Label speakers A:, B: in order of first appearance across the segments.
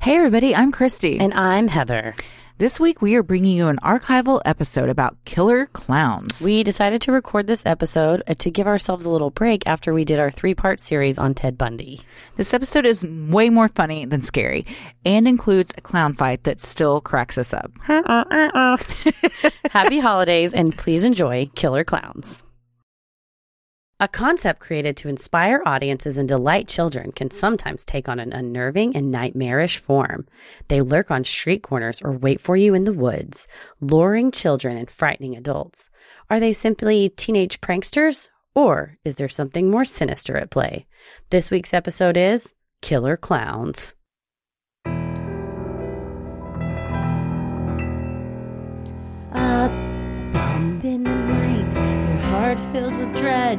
A: Hey, everybody, I'm Christy.
B: And I'm Heather.
A: this week we are bringing you an archival episode about killer clowns.
B: We decided to record this episode uh, to give ourselves a little break after we did our three part series on Ted Bundy.
A: this episode is way more funny than scary and includes a clown fight that still cracks us up.
B: Happy holidays and please enjoy Killer Clowns. A concept created to inspire audiences and delight children can sometimes take on an unnerving and nightmarish form. They lurk on street corners or wait for you in the woods, luring children and frightening adults. Are they simply teenage pranksters, or is there something more sinister at play? This week's episode is Killer Clowns.
C: A bump in the night, your heart fills with dread.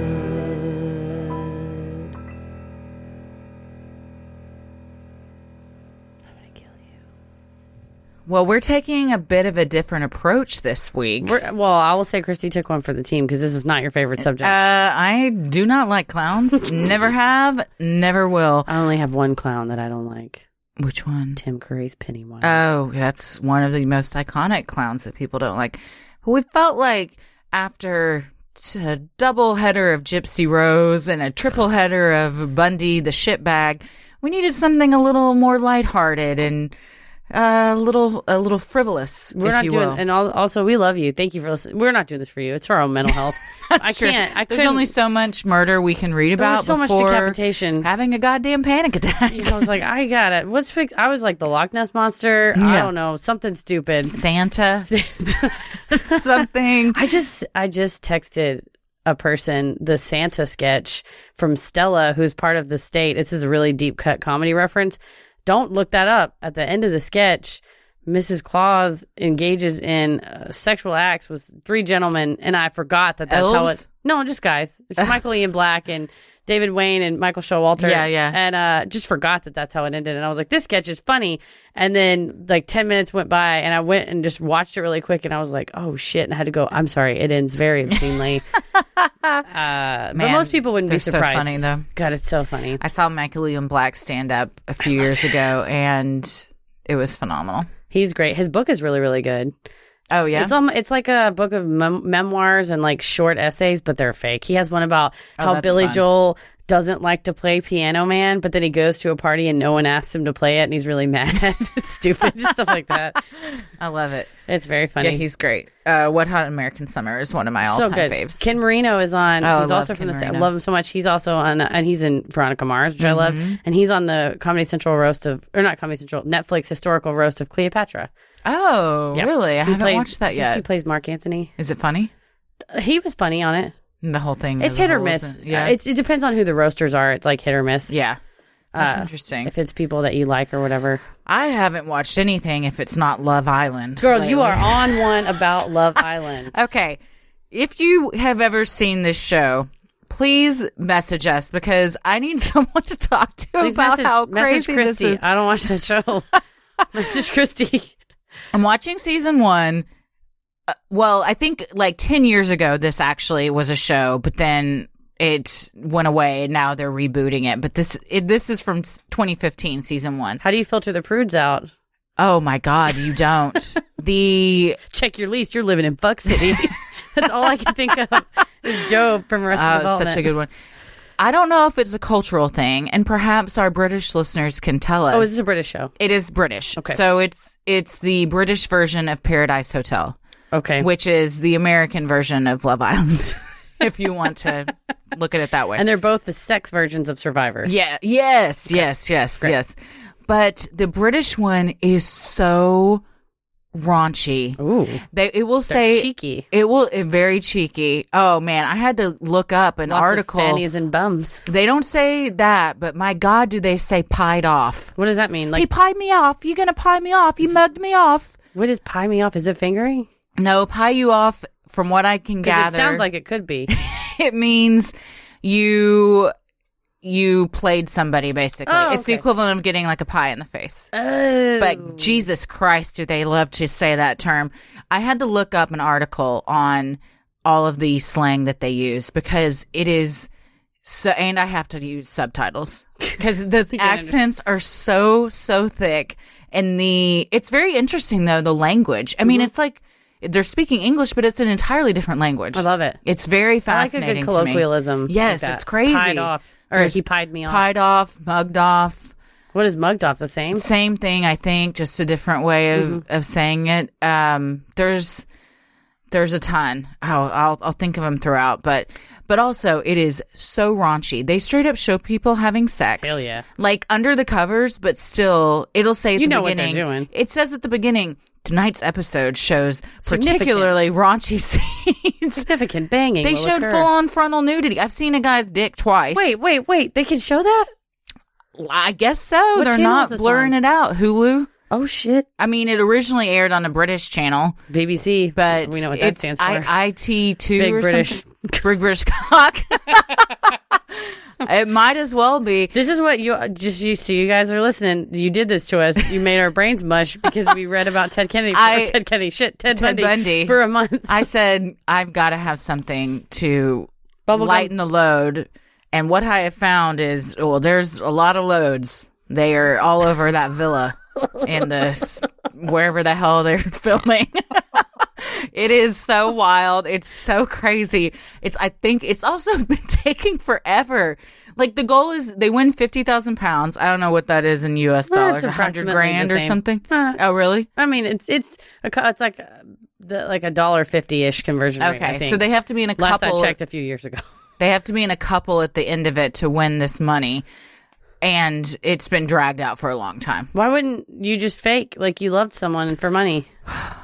C: I'm gonna kill you.
A: Well, we're taking a bit of a different approach this week.
B: We're, well, I will say Christy took one for the team because this is not your favorite subject.
A: Uh, I do not like clowns. never have, never will.
B: I only have one clown that I don't like.
A: Which one?
B: Tim Curry's Pennywise.
A: Oh, that's one of the most iconic clowns that people don't like. But we felt like after t- a double header of Gypsy Rose and a triple header of Bundy the shitbag, we needed something a little more lighthearted and uh, a little a little frivolous,
B: we're
A: if
B: not
A: you
B: doing,
A: will.
B: and al- also we love you. Thank you for listening. We're not doing this for you. It's for our own mental health. I
A: Sure.
B: can't. I
A: There's only
B: couldn't-
A: so much murder we can read
B: There
A: about
B: was so much
A: before
B: decapitation.
A: having a goddamn panic attack.
B: I was like, I got it. What's fix- I was like the Loch Ness monster. I
A: Yeah.
B: don't know something stupid.
A: Santa, something.
B: I just I just texted a person the Santa sketch from Stella, who's part of the state. This is a really deep cut comedy reference. Don't look that up. At the end of the sketch, Mrs. Claus engages in uh, sexual acts with three gentlemen, and I forgot that that's how
A: Elves?
B: it. No, just guys. It's Michael Ian Black and David Wayne and Michael Showalter.
A: Yeah, yeah.
B: And uh, just forgot that that's how it ended. And I was like, this sketch is funny. And then like 10 minutes went by and I went and just watched it really quick. And I was like, oh shit. And I had to go, I'm sorry. It ends very obscenely. uh, but
A: Man,
B: most people wouldn't be
A: they're so
B: surprised.
A: funny, though.
B: God, it's so funny.
A: I saw Michael Ian Black stand up a few years ago, and it was phenomenal.
B: He's great. His book is really, really good.
A: Oh yeah,
B: It's um, it's like a book of mem- memoirs and like short essays, but they're fake. He has one about how
A: Oh, that's
B: Billy
A: fun.
B: Joel doesn't like to play Piano Man, but then he goes to a party and no one asks him to play it, and he's really mad. it's stupid, just stuff like that.
A: I love it.
B: It's very funny.
A: Yeah, he's great. Uh, What Hot American Summer is one of my all-time faves.
B: Ken Marino is on.
A: Oh, I
B: who's
A: love
B: also from
A: Ken
B: the. I
A: Marino.
B: love him so much. He's also on, and he's in Veronica Mars, which I
A: Mm-hmm.
B: love. And he's on the Comedy Central roast of, or not Comedy Central, Netflix historical roast of Cleopatra.
A: oh,
B: Yeah.
A: really? I
B: He
A: haven't
B: plays-
A: watched that
B: yes, He
A: yet.
B: plays Mark Anthony.
A: Is it funny?
B: He was funny on it.
A: The whole thing.
B: It's
A: as a
B: hit or
A: whole,
B: miss.
A: isn't it?
B: Yeah,
A: Yeah,
B: it's, it depends on who the roasters are. It's like hit or miss.
A: yeah. That's
B: Uh,
A: interesting.
B: if it's people that you like or whatever.
A: I haven't watched anything if it's not Love Island.
B: Girl, you
A: lately.
B: are on one about Love Island.
A: Okay. If you have ever seen this show, please message us because I need someone to talk to
B: Please
A: about
B: message,
A: how
B: message
A: crazy
B: Christy.
A: this is.
B: I don't watch that show. message Christy.
A: I'm watching season one. Uh, well, I think like 10 years ago, this actually was a show, but then it went away and now they're rebooting it. But this, it, this is from s- 2015, season one.
B: How do you filter the prudes out?
A: Oh my God, you don't. the,
B: Check your lease. You're living in Fuck City. That's all I can think of is Job from Arrested
A: oh, it's
B: Development.
A: such a good one. I don't know if it's a cultural thing and perhaps our British listeners can tell us.
B: Oh, is this a British show?
A: It is British.
B: Okay.
A: So it's it's the British version of Paradise Hotel,
B: Okay.
A: which is the American version of Love Island, if you want to look at it that way.
B: and they're both the sex versions of Survivor.
A: yeah. Yes. Yes. Yes. Yes. But the British one is so raunchy.
B: Ooh.
A: They it will say
B: cheeky.
A: It will it, very cheeky. Oh man, I had to look up an
B: Lots
A: article.
B: Of fannies and bums.
A: they don't say that, but my God, do they say pied off?
B: What does that mean?
A: he
B: Like,
A: pied me off. You gonna pie me off? You mugged me off.
B: what is pie me off? Is it fingering?
A: No, pie you off. From what I can
B: Because
A: gather,
B: it sounds like it could be.
A: it means you you played somebody basically.
B: Oh,
A: It's the
B: okay.
A: equivalent of getting like a pie in the face.
B: Oh.
A: But Jesus Christ, do they love to say that term? I had to look up an article on all of the slang that they use because it is so, and I have to use subtitles because the accents are so, so thick. And the, it's very interesting though, the language. I mean,
B: Mm-hmm.
A: it's like they're speaking English, but it's an entirely different language.
B: I love it.
A: It's very
B: I like
A: fascinating.
B: a good
A: to me.
B: colloquialism. like
A: Yes,
B: that.
A: it's crazy.
B: Pied off. Or
A: There's
B: he pied me off.
A: Pied off, mugged off
B: What is mugged off the same?
A: same thing i think just a different way of,
B: Mm-hmm.
A: of saying it um there's there's a ton oh I'll, I'll think of them throughout but but also it is so raunchy they straight up show people having sex
B: Hell yeah.
A: like under the covers but still it'll say at
B: You
A: the
B: know what they're
A: beginning
B: doing.
A: it says at the beginning tonight's episode shows
B: Significant.
A: particularly raunchy scenes
B: Significant banging.
A: they
B: will
A: showed
B: occur.
A: full on frontal nudity i've seen a guy's dick twice
B: Wait, wait, wait. They can show that?
A: i guess so
B: What
A: they're
B: channel is
A: not
B: this
A: blurring
B: on?
A: it out hulu
B: Oh shit.
A: I mean, it originally aired on a British channel,
B: BBC.
A: but
B: we know what that
A: it's
B: stands for.
A: I- IT2
B: Big
A: or
B: British.
A: something. Big British cock. it might as well be.
B: this is what you just you so you guys are listening. You did this to us. You made our brains mush because we read about Ted Kennedy. For,
A: I-
B: Ted Kennedy. Shit. Ted,
A: Ted
B: Bundy,
A: Bundy.
B: for a month.
A: I said I've got to have something to
B: Bubblegum.
A: lighten the load, and what I have found is well, there's a lot of loads. They are all over that villa in this wherever the hell they're filming. It is so wild. It's so crazy. It's I think it's also been taking forever. Like the goal is they win fifty thousand pounds. I don't know what that is in U.S.
B: Well,
A: dollars,
B: it's
A: hundred
B: approximately
A: grand
B: the
A: or
B: same.
A: something.
B: Uh.
A: oh, really?
B: I mean, it's it's a co- it's like uh, the like a dollar fifty ish conversion rate. I
A: Okay,
B: think.
A: so they have to be in a
B: last
A: couple.
B: I checked a few years ago.
A: They have to be in a couple at the end of it to win this money, and it's been dragged out for a long time.
B: Why wouldn't you just fake like you loved someone for money?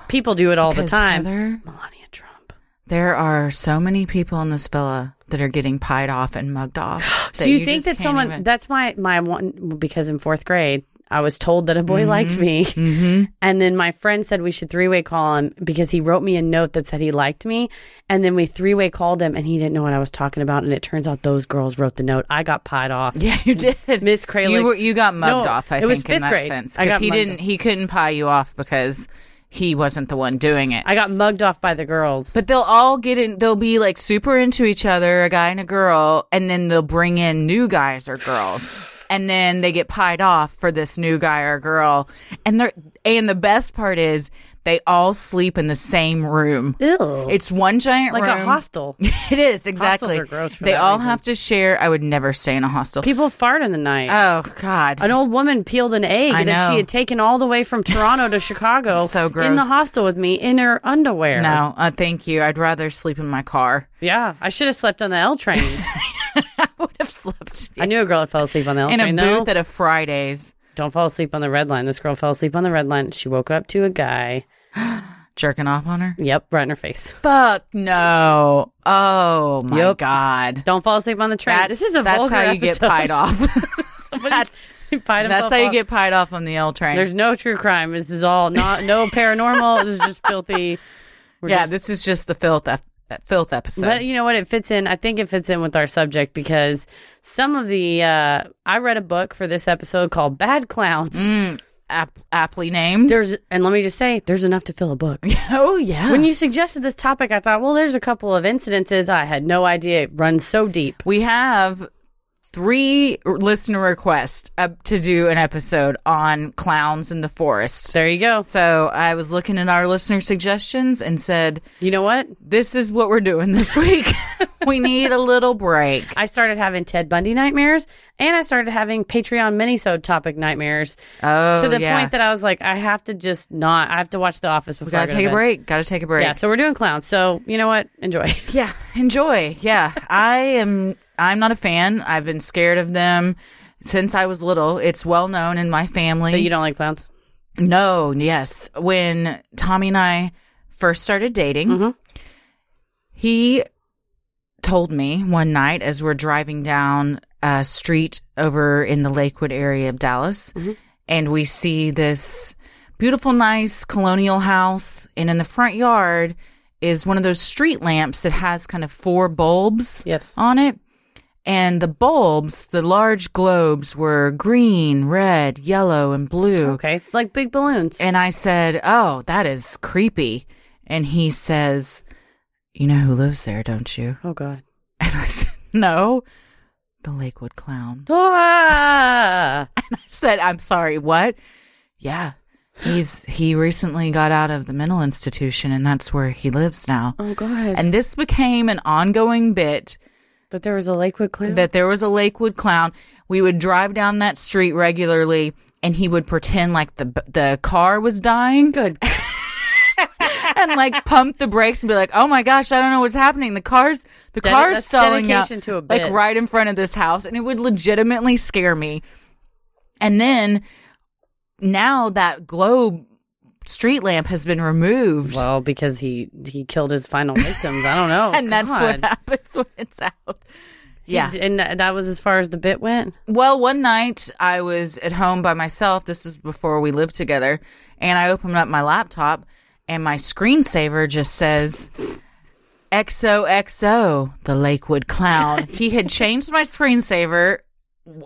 B: People do it all the
A: 'Cause,
B: time.
A: Heather,
B: Melania Trump.
A: there are so many people in this villa that are getting pied off and mugged off.
B: So you, think
A: just
B: that
A: can't
B: someone?
A: even-
B: That's my my one because in fourth grade I was told that a boy
A: Mm-hmm.
B: liked me, and then my friend said we should three way call him because he wrote me a note that said he liked me, and then we three way called him and he didn't know what I was talking about, and it turns out those girls wrote the note. I got pied off.
A: Yeah, you did.
B: Miss Kralix.
A: You, were, you got mugged
B: No,
A: off. I
B: it
A: think
B: was fifth
A: in that
B: grade.
A: sense
B: I
A: because
B: got
A: he
B: mugged
A: didn't. He couldn't pie you off because he wasn't the one doing it.
B: I got mugged off by the girls.
A: but they'll all get in. They'll be like super into each other, a guy and a girl, and then they'll bring in new guys or girls, and then they get pied off for this new guy or girl. And they're and the best part is they all sleep in the same room.
B: Ew.
A: It's one giant
B: like
A: room.
B: a hostel.
A: It is exactly.
B: are gross for
A: they
B: that
A: all
B: reason.
A: have to share. I would never stay in a hostel.
B: People fart in the night.
A: oh God.
B: An old woman peeled an egg
A: I
B: that
A: know.
B: she had taken all the way from Toronto to Chicago
A: So
B: in the
A: gross.
B: hostel with me in her underwear.
A: No, uh, thank you. I'd rather sleep in my car.
B: Yeah, I should have slept on the L train.
A: I would have slept
B: I knew a girl that fell asleep on the L
A: in a
B: train though.
A: booth at a Friday's
B: Don't fall asleep on the red line. This girl fell asleep on the red line. She woke up to a guy.
A: jerking off on her.
B: Yep, right in her face.
A: Fuck no. Oh my
B: Yep.
A: God.
B: Don't fall asleep on the train.
A: That-
B: this is a
A: that's
B: vulgar
A: how you get
B: episode.
A: pied off.
B: Somebody
A: that's-
B: pied
A: that's
B: himself
A: how you
B: off.
A: get pied off on the L train.
B: There's no true crime. This is all not no paranormal. this is just filthy. We're
A: yeah,
B: just-
A: this is just the filth ep- filth episode.
B: But you know what? It fits in. I think it fits in with our subject because some of the. Uh, I read a book for this episode called Bad Clowns.
A: Mm. Ap- aptly named.
B: There's and let me just say, there's enough to fill a book.
A: oh yeah.
B: When you suggested this topic, I thought, well, there's a couple of incidences. I had no idea it runs so deep.
A: we have three listener requests uh, to do an episode on clowns in the forest.
B: There you go.
A: So I was looking at our listener suggestions and said,
B: You know what?
A: This is what we're doing this week. we need a little break.
B: I started having Ted Bundy nightmares, and I started having Patreon minisode topic nightmares
A: Oh,
B: to the
A: yeah.
B: point that I was like, I have to just not. I have to watch The Office before. I
A: gotta
B: go to
A: take a
B: bed.
A: break. Gotta take a break.
B: Yeah, so we're doing clowns. So you know what? Enjoy.
A: yeah enjoy yeah i am i'm not a fan i've been scared of them since i was little it's well known in my family
B: But you don't like clowns.
A: no yes when tommy and i first started dating
B: Mm-hmm.
A: he told me one night as we're driving down a street over in the lakewood area of dallas
B: Mm-hmm.
A: and we see this beautiful nice colonial house and in the front yard is one of those street lamps that has kind of four bulbs
B: Yes.
A: on it. And the bulbs, the large globes were green, red, yellow, and blue.
B: Okay. Like big balloons.
A: And I said, Oh, that is creepy. And he says, You know who lives there, don't you?
B: oh, God.
A: And I said, No, the Lakewood clown.
B: Ah!
A: I said, I'm sorry, what? Yeah. He's he recently got out of the mental institution and that's where he lives now.
B: Oh, God.
A: And this became an ongoing bit
B: that there was a Lakewood clown?
A: that there was a Lakewood clown. We would drive down that street regularly and he would pretend like the the car was dying
B: Good.
A: and like pump the brakes and be like, "Oh my gosh, I don't know what's happening. The car's the
B: Dedi-
A: car's
B: that's
A: stalling out,
B: dedication to a
A: like
B: bit.
A: right in front of this house," and it would legitimately scare me. And then now that globe street lamp has been removed,
B: Well, because he he killed his final victims. I don't know.
A: and that's
B: God.
A: what happens when it's out.
B: He
A: Yeah.
B: d- and that that was as far as the bit went.
A: Well, one night I was at home by myself. This was before we lived together. And I opened up my laptop and my screensaver just says XOXO, the Lakewood clown. he had changed my screensaver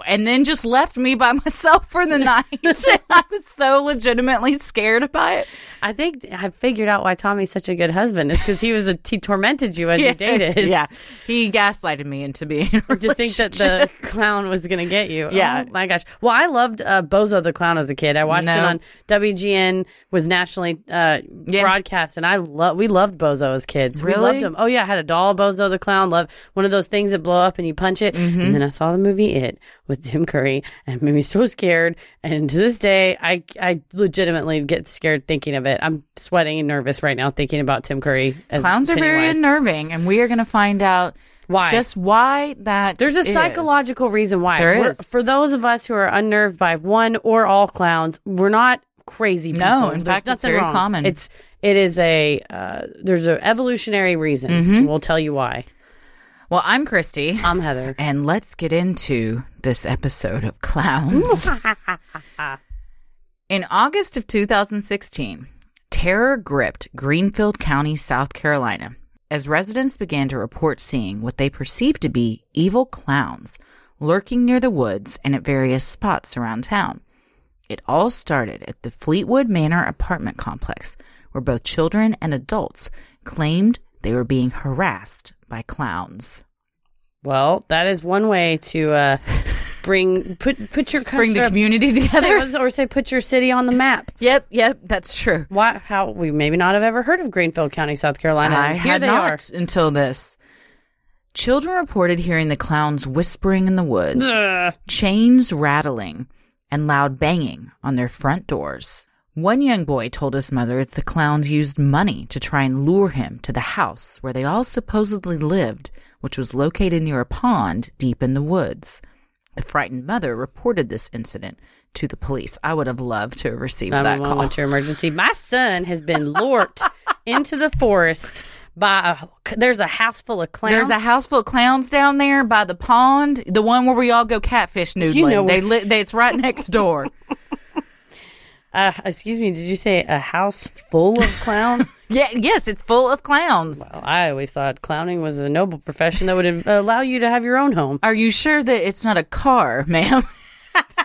A: and then just left me by myself for the night. And I was so legitimately scared by it.
B: I think I figured out why Tommy's such a good husband. It's because he was a he tormented you as you dated.
A: Yeah. He gaslighted me into being in a
B: To think that the clown was gonna get you.
A: Yeah.
B: Oh my gosh. Well, I loved uh, Bozo the Clown as a kid. I watched it
A: No.
B: on WGN was nationally uh,
A: Yeah.
B: broadcast, and I love we loved Bozo as kids. We
A: Really?
B: loved him. Oh yeah, I had a doll of Bozo the Clown. Love one of those things that blow up and you punch it.
A: Mm-hmm.
B: And then I saw the movie It with Tim Curry, and it made me so scared. And to this day, I I legitimately get scared thinking of it. I'm sweating and nervous right now thinking about Tim Curry. As
A: Clowns are very
B: Pennywise.
A: unnerving, and we are going to find out
B: Why?
A: just why that.
B: There's a
A: is.
B: psychological reason why.
A: There
B: We're-
A: is.
B: For those of us who are unnerved by one or all clowns, we're not crazy people.
A: No, in
B: There's
A: fact, it's
B: nothing
A: very
B: wrong.
A: common.
B: It's it is a uh, there's an evolutionary reason.
A: Mm-hmm.
B: We'll tell you why.
A: Well, I'm Christy,
B: I'm Heather.
A: and let's get into this episode of Clowns. In August of 2016, terror gripped Greenfield County, South Carolina, as residents began to report seeing what they perceived to be evil clowns lurking near the woods and at various spots around town. It all started at the Fleetwood Manor apartment complex, where both children and adults claimed they were being harassed by clowns.
B: Well, that is one way to uh, bring put put your
A: Bring the
B: country-
A: community
B: Say-
A: together.
B: was- or say put your city on the map.
A: Yep, yep, that's true.
B: Why? How we maybe not have ever heard of Greenfield County, South Carolina.
A: I
B: and Here
A: had
B: they are.
A: not until this. Children reported hearing the clowns whispering in the woods,
B: Ugh.
A: chains rattling, and loud banging on their front doors. One young boy told his mother that the clowns used money to try and lure him to the house where they all supposedly lived, which was located near a pond deep in the woods. The frightened mother reported this incident to the police. I would have loved to have received that call.
B: 911 what's your emergency? My son has been lured into the forest by a. There's a house full of clowns.
A: There's a house full of clowns down there by the pond, the one where we all go catfish noodling.
B: You know
A: they, li- they it's right next door.
B: Uh, excuse me. Did you say a house full of clowns?
A: yeah, yes, it's full of clowns.
B: well, I always thought clowning was a noble profession that would in- allow you to have your own home.
A: Are you sure that it's not a car, ma'am?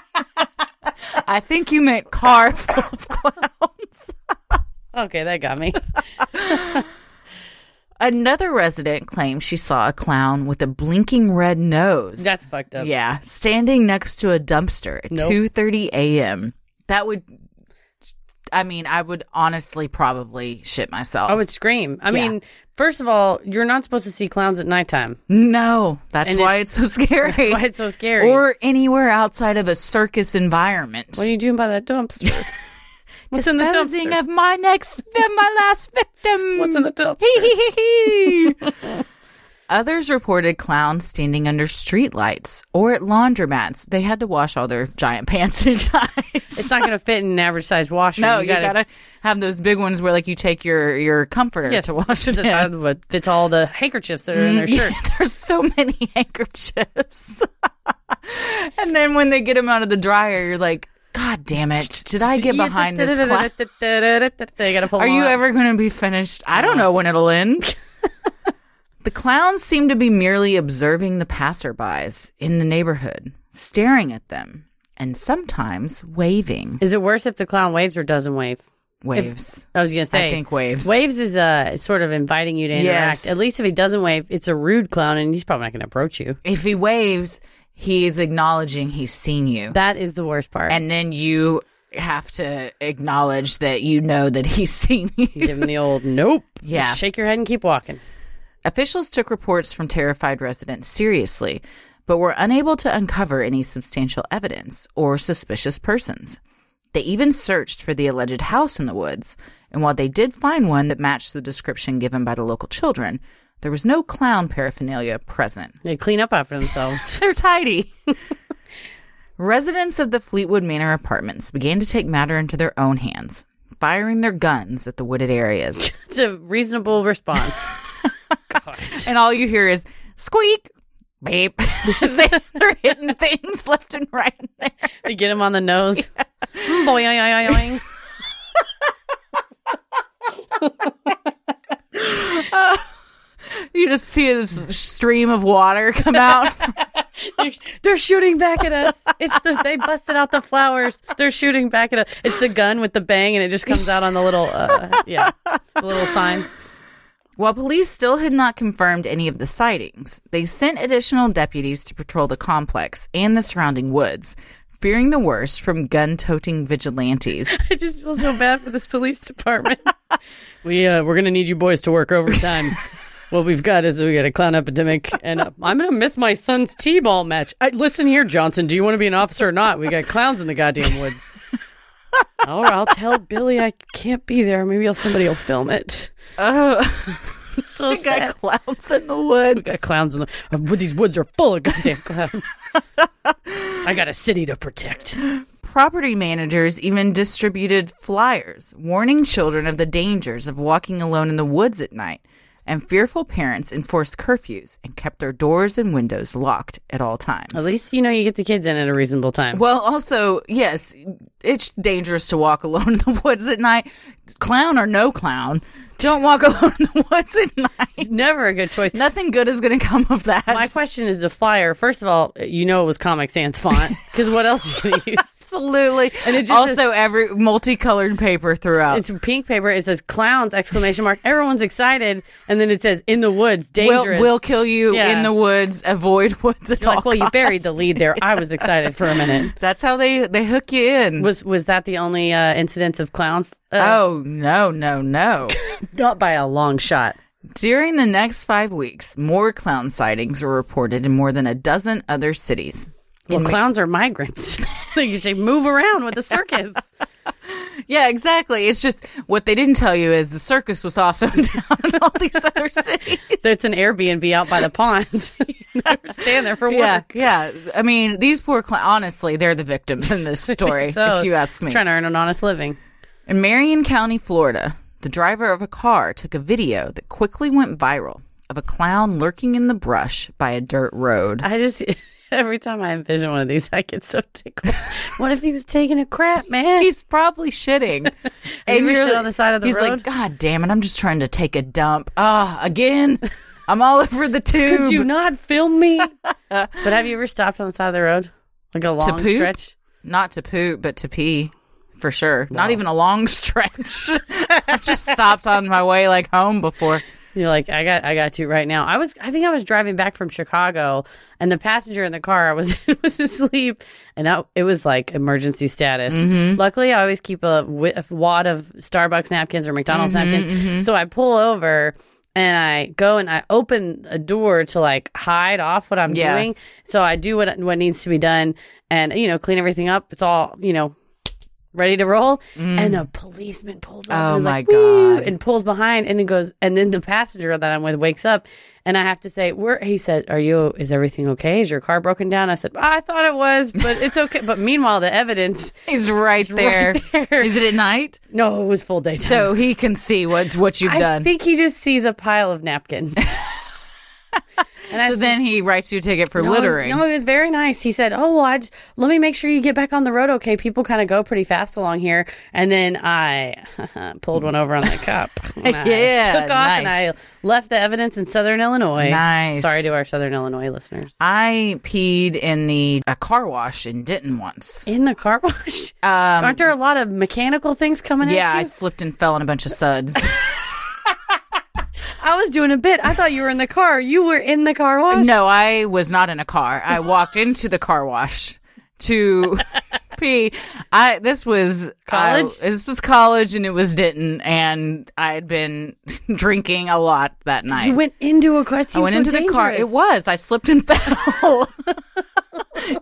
A: I think you meant car full of clowns.
B: Okay, that got me.
A: Another resident claims she saw a clown with a blinking red nose.
B: That's fucked up.
A: yeah, standing next to a dumpster at
B: Nope.
A: 2:30 a.m. That would I mean, I would honestly probably shit myself.
B: I would scream. I mean, first of all, you're not supposed to see clowns at nighttime.
A: No, that's
B: And
A: why it's so scary.
B: That's why it's so scary.
A: Or anywhere outside of a circus environment.
B: what are you doing by that dumpster? What's in the
A: Disposing
B: dumpster?
A: of my next, of my last victim.
B: What's in the dumpster?
A: Others reported clowns standing under streetlights or at laundromats. They had to wash all their giant pants and ties.
B: it's not going to fit in an average sized washer.
A: No, you gotta, have those big ones where, like, you take your your comforter to wash it.
B: That's
A: in.
B: how it fits all the handkerchiefs that are in their shirts.
A: There's so many handkerchiefs. and then when they get them out of the dryer, you're like, God damn it. Did I get behind this class?
B: They gotta pull
A: Are
B: them
A: you
B: out.
A: ever going to be finished? I don't know when it'll end. The clowns seem to be merely observing the passerbys in the neighborhood, staring at them, and sometimes waving.
B: Is it worse if the clown waves or doesn't wave?
A: Waves.
B: I was gonna say.
A: I think waves.
B: Waves is uh, sort of inviting you to interact.
A: Yes.
B: At least if he doesn't wave, it's a rude clown, and he's probably not gonna approach you.
A: If he waves, he is acknowledging he's seen you.
B: That is the worst part.
A: and then you have to acknowledge that you know that he's seen you.
B: give him the old nope.
A: Yeah.
B: shake your head and keep walking.
A: Officials took reports from terrified residents seriously, but were unable to uncover any substantial evidence or suspicious persons. They even searched for the alleged house in the woods, and while they did find one that matched the description given by the local children, there was no clown paraphernalia present.
B: They clean up after themselves.
A: They're tidy. Residents of the Fleetwood Manor apartments began to take matter into their own hands, firing their guns at the wooded areas.
B: it's a reasonable response. God.
A: and all you hear is squeak, beep. As they- They're hitting things left and right. There.
B: They get him on the nose. Mm, boing, oing, oing, oing.
A: You just see this stream of water come out.
B: They're- They're shooting back at us. It's the they busted out the flowers. They're shooting back at us. It's the gun with the bang, and it just comes out on the little uh, yeah, the little sign.
A: While police still had not confirmed any of the sightings, they sent additional deputies to patrol the complex and the surrounding woods, fearing the worst from gun toting vigilantes.
B: I just feel so bad for this police department. we uh, we're gonna need you boys to work overtime. what we've got is we got a clown epidemic, and uh, I'm gonna miss my son's t-ball match. I, listen here, Johnson. Do you want to be an officer or not? We got clowns in the goddamn woods. Or I'll tell Billy I can't be there. Maybe I'll, somebody will film it.
A: Oh,
B: It's so
A: we
B: sad.
A: got clowns in the woods.
B: got clowns in the. uh, These woods are full of goddamn clowns. I got a city to protect.
A: Property managers even distributed flyers warning children of the dangers of walking alone in the woods at night, and fearful parents enforced curfews and kept their doors and windows locked at all times.
B: At least you know you get the kids in at a reasonable time.
A: Well, also, yes, it's dangerous to walk alone in the woods at night. Clown or no clown, don't walk alone in the woods at night.
B: Never a good choice.
A: Nothing good is going to come of that.
B: My question is the flyer. First of all, you know it was Comic Sans font because what else are you gonna use?
A: Absolutely.
B: And it just
A: also
B: says-
A: every multicolored paper throughout.
B: It's pink paper. It says clowns exclamation mark. Everyone's excited, and then it says in the woods, dangerous.
A: Will, will kill you
B: Yeah.
A: in the woods. Avoid woods at
B: You're
A: all
B: like, well, you
A: costs.
B: buried the lead there. I was excited for a minute.
A: That's how they they hook you in.
B: Was was that the only uh, incidence of clown? Uh,
A: oh no no no!
B: not by a long shot.
A: During the next five weeks, more clown sightings were reported in more than a dozen other cities.
B: Well, clowns are migrants. they, they move around with the circus.
A: Yeah, exactly. It's just what they didn't tell you is the circus was also in town in all these other cities.
B: It's an Airbnb out by the pond. They're staying there for work.
A: Yeah, yeah. I mean, these poor clowns. Honestly, they're the victims in this story.
B: So,
A: if you ask me,
B: trying to earn an honest living.
A: In Marion County, Florida, the driver of a car took a video that quickly went viral of a clown lurking in the brush by a dirt road.
B: I just every time I envision one of these, I get so tickled. what if he was taking a crap, man?
A: He's probably shitting.
B: Have you ever
A: Really-
B: shit on the side of the
A: he's
B: road?
A: like, God damn it! I'm just trying to take a dump. Ah, again. I'm all over the tube.
B: Could you not film me? but have you ever stopped on the side of the road, like a long
A: poop?
B: stretch?
A: Not to poop, but to pee, for sure. Not even a long stretch. I just stopped on my way like home before.
B: You're like, I got, I got to right now. I was, I think I was driving back from Chicago, and the passenger in the car was was asleep, and I, it was like emergency status. Luckily, I always keep a, wi- a wad of Starbucks napkins or McDonald's napkins, so I pull over. And I go and I open a door to like hide off what I'm
A: Yeah.
B: doing. So I do what what needs to be done, and you know, clean everything up. It's all you know, ready to roll. And a policeman pulls up.
A: Mm-hmm. Oh,
B: and is
A: my
B: like, "Woo,"
A: God.
B: And pulls behind, and it goes. And then the passenger that I'm with wakes up, and I have to say, "Where?" He said, "Are you? Is everything okay? Is your car broken down?" I said, "I thought it was, but it's okay." but meanwhile, the evidence.
A: He's right, there.
B: right there.
A: Is it at night?
B: No, it was full daytime.
A: So he can see what what you've
B: I
A: done.
B: think he just sees a pile of napkins. I-
A: so then he writes you a ticket for
B: No,
A: littering.
B: No, he was very nice. He said, "Oh well, I just, let me make sure you get back on the road, okay? People kind of go pretty fast along here." And then I pulled one over on the cop. And I
A: Yeah,
B: took off and
A: nice.
B: I left the evidence in Southern Illinois.
A: Nice.
B: Sorry to our Southern Illinois listeners.
A: I peed in the a car wash in Denton once.
B: In the car wash,
A: Um,
B: aren't there a lot of mechanical things coming
A: yeah, I
B: at you?
A: slipped and fell on a bunch of suds.
B: I was doing a bit. I thought you were in the car. You were in the car wash.
A: no, I was not in a car. I walked into the car wash to pee. I this was
B: College?
A: I- this was college, and it was Denton, and I had been drinking a lot that night.
B: You went into a car. It
A: I went
B: seems
A: into
B: so
A: the car. It
B: dangerous.
A: was. I slipped and fell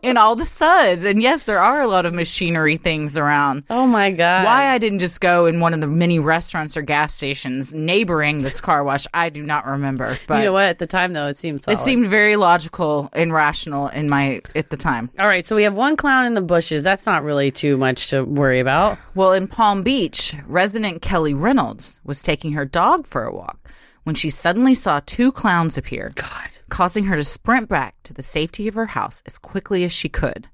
A: in all the suds. And yes, there are a lot of machinery things around.
B: Oh my god!
A: Why I didn't just go in one of the many restaurants or gas stations neighboring this car wash, I do not remember. But
B: you know what? At the time, though, it seemed
A: it
B: solid.
A: seemed very logical and rational in my at the time.
B: All right, so we have one clown in the bushes. That's not really too much to worry about.
A: Well, in Palm Beach, resident Kelly Reynolds was taking her dog for a walk when she suddenly saw two clowns appear.
B: God.
A: causing her to sprint back to the safety of her house as quickly as she could.